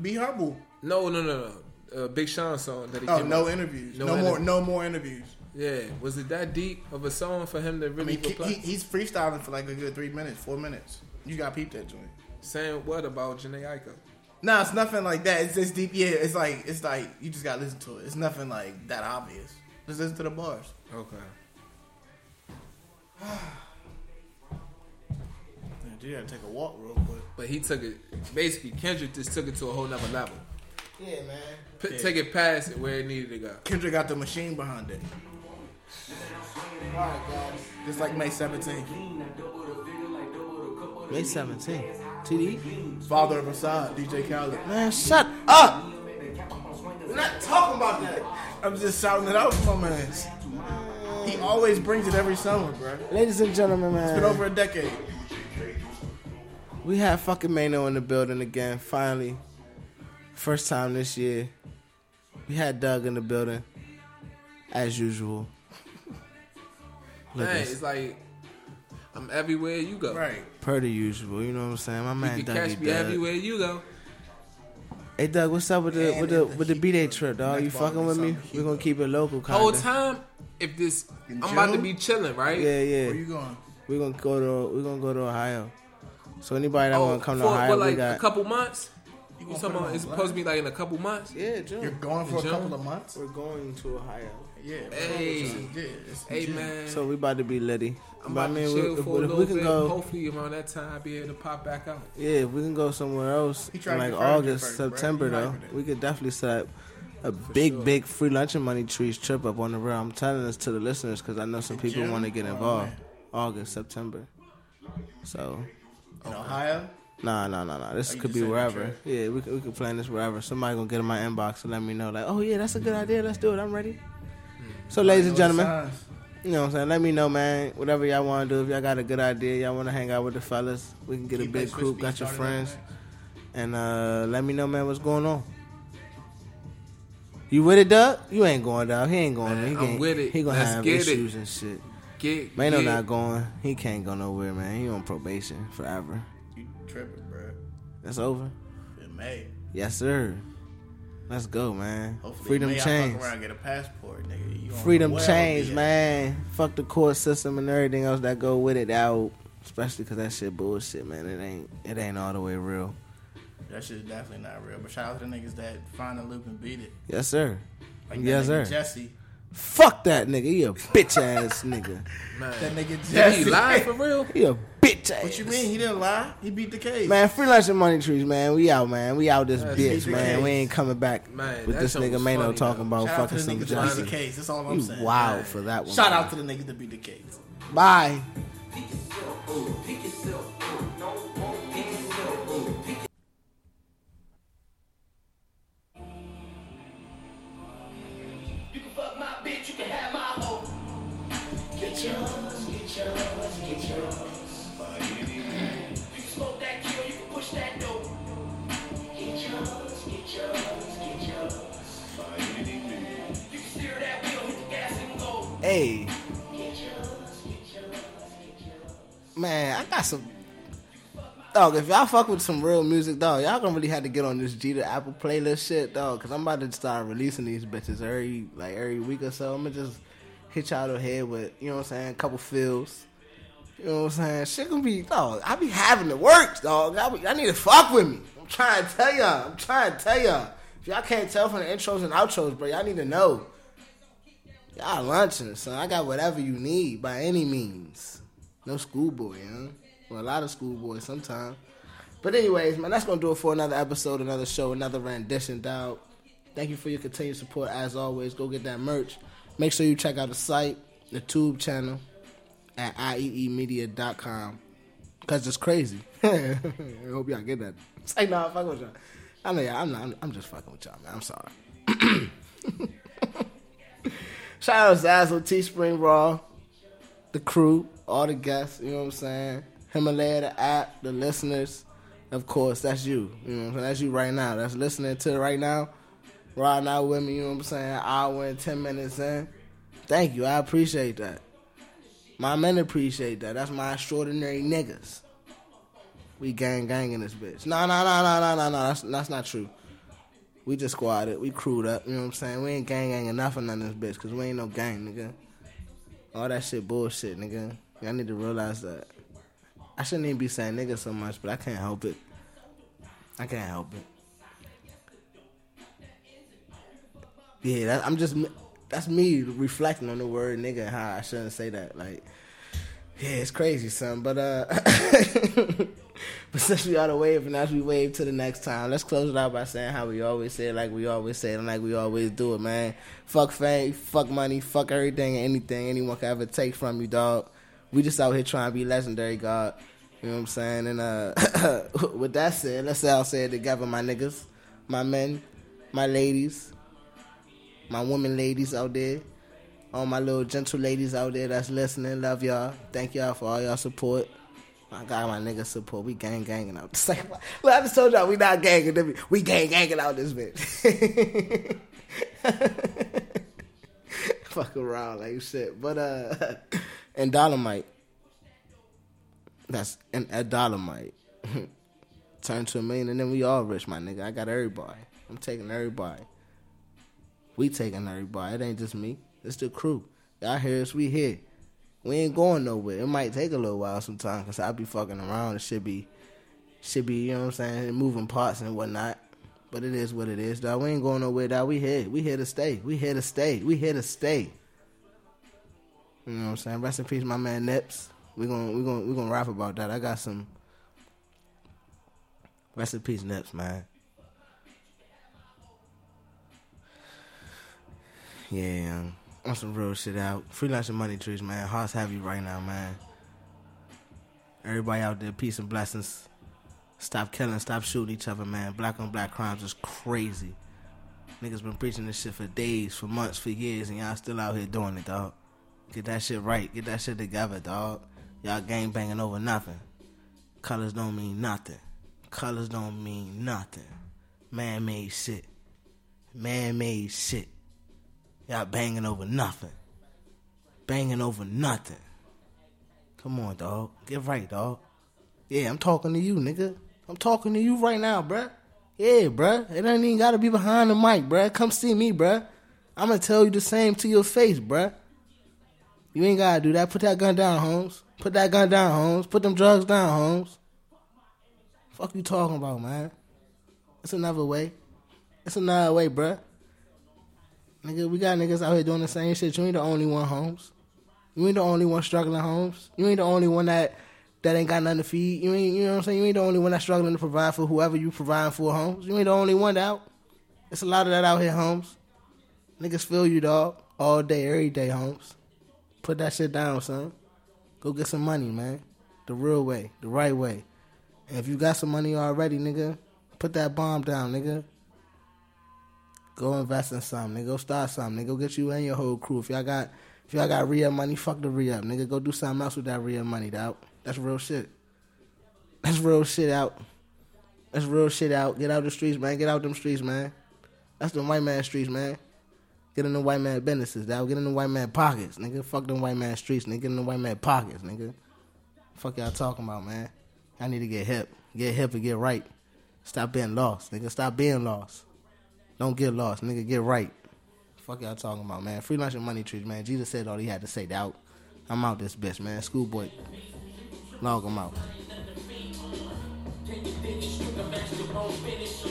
be humble. No, no, no, no. Uh, Big Sean song that he. Oh, came no out- interviews. No No, more. interviews. No more interviews. Yeah, was it that deep of a song for him to I really mean, he, reply? he, he's freestyling for like a good three minutes, four minutes. You gotta peep that joint. Saying what about Janae Aiko? No, it's nothing like that. It's just deep. Yeah, it's like it's like you just gotta listen to it. It's nothing like that obvious. Just listen to the bars. Okay. Man, you gotta take a walk real quick. But he took it. Basically, Kendrick just took it to a whole nother level. Yeah, man. P- Take it past it where it needed to go. Kendrick got the machine behind it. All right, guys. Just like May 17th. May 17. TD. Father of Assad, DJ Khaled. Man, shut up. We're not talking about that. I'm just shouting it out for my man. He always brings it every summer, bro. Ladies and gentlemen, It's been man. over a decade. We have fucking Mano in the building again, finally. First time this year. We had Doug in the building, as usual. Look, Man, it's it's like I'm everywhere you go. Right. per the usual, you know what I'm saying? My You man can Doug. catch me everywhere you go. Hey Doug, what's up with the Man, with the it's the with the heat, B day bro. trip, dog? Next You fall, fucking with me? summer heat, We're gonna bro. keep it local, kinda. Whole time, if this, In I'm about to June? be chilling, right? Yeah, yeah. Where you going? We're gonna go to we're gonna go to Ohio. So anybody that wanna come to Oh, for, Ohio, for like we got a couple months. You gonna put talking it about Oh, on it's blast? supposed to be like in a couple months? yeah, You're June. going for a June? couple of months? We're going to Ohio. Yeah. bro. Hey. Yeah, it's Hey June. man, So we about to be litty. I'm But about to chill if, for if a little we can bit. go, Hopefully around that time, I'll be able to pop back out. yeah, if we can go somewhere else He tried in to like get furniture August, first, bro. September He hyping though, it. we could definitely set up a big, sure. big free lunch and money trees trip up on the road. I'm telling this to the listeners because I know some people June? want to get Oh, involved. man. August, September. So In Ohio? Nah, nah, nah, nah. This Oh, you could just be saying wherever. trip? Yeah, we could, we could plan this wherever. Somebody gonna get in my inbox and let me know, like, oh yeah, that's a good idea. Let's do it. I'm ready. So, ladies and Hmm. Know the gentlemen, signs. you know what I'm saying? Let me know, man. Whatever y'all want to do, if y'all got a good idea, y'all want to hang out with the fellas, we can get a Keep big that group. crispy Got your started up, friends, man. and uh, let me know, man, what's going on. You with it, Doug? You ain't going, Doug. He ain't going. Man, he I'm can't- with it. He gonna Let's have get it. issues and shit. Get Mano get- not going. He can't go nowhere, man. He on probation forever. You tripping, bro. That's over. In May. Yes, sir. Let's go, man. Hopefully, Freedom May I change. fuck around and get a passport, nigga. You don't Freedom know where change, I'll be at. man. Fuck the court system and everything else that go with it out. Especially because that shit bullshit, man. It ain't it ain't all the way real. That shit's definitely not real. But shout out to the niggas that find a loop and beat it. Yes, sir. Like Yes, that nigga sir. Jesse. Fuck that nigga. He a bitch ass (laughs) nigga. That man. nigga Did Jesse. he lie for real? He a bitch ass. (laughs) What you mean? He didn't lie. He beat the case. Man, free lunch and money trees, man. We out, man. We out this That's bitch, the man. case. We ain't coming back Man, with that this shit nigga was Mano funny, talking though. about Shout out fucking to the some niggas that beat the Johnson. case. That's all I'm You saying. wild Man. for that one, Shout man. out to the niggas that beat the case. Bye. You can fuck my bitch, you can have my hoe. Get yours, get yours, get yours. You can smoke that kill, you can push that dope. Get yours, get yours, get yours. You can steer that wheel, hit the gas and go. Hey. Get yours, get yours, get yours. Man, I got some. Dog, if y'all fuck with some real music, dog, y'all gonna really have to get on this G to Apple playlist shit, dog. Cause I'm about to start releasing these bitches every like every week or so. I'ma just hit y'all the head with, you know what I'm saying, a couple fills. You know what I'm saying? Shit gonna be, dog. I be having the works, dog. Y'all, be, y'all need to fuck with me. I'm trying to tell y'all. I'm trying to tell y'all. If y'all can't tell from the intros and outros, bro, y'all need to know. Y'all lunching, son. I got whatever you need by any means. No schoolboy, huh? Well, a lot of schoolboys sometimes. But anyways, man, that's gonna do it for another episode, another show, another rendition, dog. Thank you for your continued support as always. Go get that merch. Make sure you check out the site, the tube channel at E IEEmedia.com. Cause it's crazy. (laughs) I hope y'all get that. It's like, nah, fuck with y'all. I know y'all, I'm, not, I'm, I'm just fucking with y'all, man. I'm sorry. Shout out to Zazzle, Teespring Raw, the crew, all the guests, you know what I'm saying? Himalaya, the app, the listeners. Of course, that's you. You know what I'm saying? That's you right now. That's listening to it right now. Riding out with me, you know what I'm saying? Hour and 10 minutes in. Thank you. I appreciate that. My men appreciate that. That's my extraordinary niggas. We gang gang in this bitch. Nah, nah, nah, nah, nah, nah, nah. That's, that's not true. We just squatted. We crewed up. You know what I'm saying? We ain't gang gang enough or none of this bitch because we ain't no gang, nigga. All that shit bullshit, nigga. Y'all need to realize that. I shouldn't even be saying nigga so much, but I can't help it. I can't help it. Yeah, that, I'm just that's me reflecting on the word nigga and how I shouldn't say that. Like, yeah, it's crazy, son. But uh, (laughs) but since we out of wave and as we wave to the next time, let's close it out by saying how we always say it, like we always say it, and like we always do it, man. Fuck fame, fuck money, fuck everything and anything anyone can ever take from you, dog. We just out here trying to be legendary, God. You know what I'm saying? And uh, (laughs) with that said, let's all say it together, my niggas, my men, my ladies, my women ladies out there, all my little gentle ladies out there that's listening. Love y'all. Thank y'all for all y'all support. I got my nigga support. We gang ganging out. (laughs) It's like, well, I just told y'all we not ganging. didn't we? We gang ganging out this bitch. (laughs) Fuck around like shit. But uh, (laughs) and Dolomite. That's and a Dolomite. (laughs) Turn to a million and then we all rich, my nigga. I got everybody. I'm taking everybody. We taking everybody. It ain't just me. It's the crew. Y'all hear us? We here. We ain't going nowhere. It might take a little while sometime, cause I be fucking around. It should be, should be. You know what I'm saying? Moving parts and whatnot. But it is what it is, dog. We ain't going nowhere, dog. We here. We here to stay. We here to stay. We here to stay. You know what I'm saying? Rest in peace, my man Nips. We gonna we gonna we gonna rap about that. I got some. Rest in peace, Nips, man. Yeah, um, on some real shit out. Freelance and money trees, man. Hearts heavy right now, man. Everybody out there, peace and blessings. Stop killing, stop shooting each other, man. Black on black crimes is crazy. Niggas been preaching this shit for days, for months, for years, and y'all still out here doing it, dog. Get that shit right. Get that shit together, dog. Y'all gang banging over nothing. Colors don't mean nothing. Colors don't mean nothing. Man made shit. Man made shit. Y'all banging over nothing. Banging over nothing. Come on, dog. Get right, dog. Yeah, I'm talking to you, nigga. I'm talking to you right now, bruh. Yeah, bruh. It ain't even gotta be behind the mic, bruh. Come see me, bruh. I'm gonna tell you the same to your face, bruh. You ain't gotta do that. Put that gun down, Holmes. Put that gun down, Holmes. Put them drugs down, Holmes. Fuck you talking about, man. It's another way. It's another way, bruh. Nigga, we got niggas out here doing the same shit. You ain't the only one, Holmes. You ain't the only one struggling, Holmes. You ain't the only one that that ain't got nothing to feed. You ain't, you know what I'm saying? You ain't the only one that's struggling to provide for whoever you providing for, Holmes. You ain't the only one out. It's a lot of that out here, Holmes. Niggas feel you, dog, all day, every day, Holmes. Put that shit down, son. Go get some money, man. The real way, the right way. And if you got some money already, nigga, put that bomb down, nigga. Go invest in something. Nigga, go start something. Nigga, go get you and your whole crew. If y'all got if y'all got re money, fuck the re Nigga, go do something else with that re money, dog. That's real shit. That's real shit out. That's real shit out. Get out the streets, man. Get out them streets, man. That's the white man streets, man. Get in the white man businesses, dog. Get in the white man pockets, nigga. Fuck them white man streets, nigga. Get in the white man pockets, nigga. Fuck y'all talking about, man. I need to get hip. Get hip and get right. Stop being lost, nigga. Stop being lost. Don't get lost, nigga. Get right. Fuck y'all talking about, man. Free lunch and money trees, man. Jesus said all he had to say. Out. I'm out this bitch, man. Schoolboy. Log him out. Take your dick and strip the master bone finisher.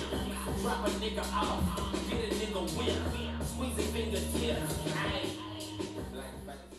Drop a nigga off, get a nigga whip. Squeeze a fingertip. Aye. Black, black, black.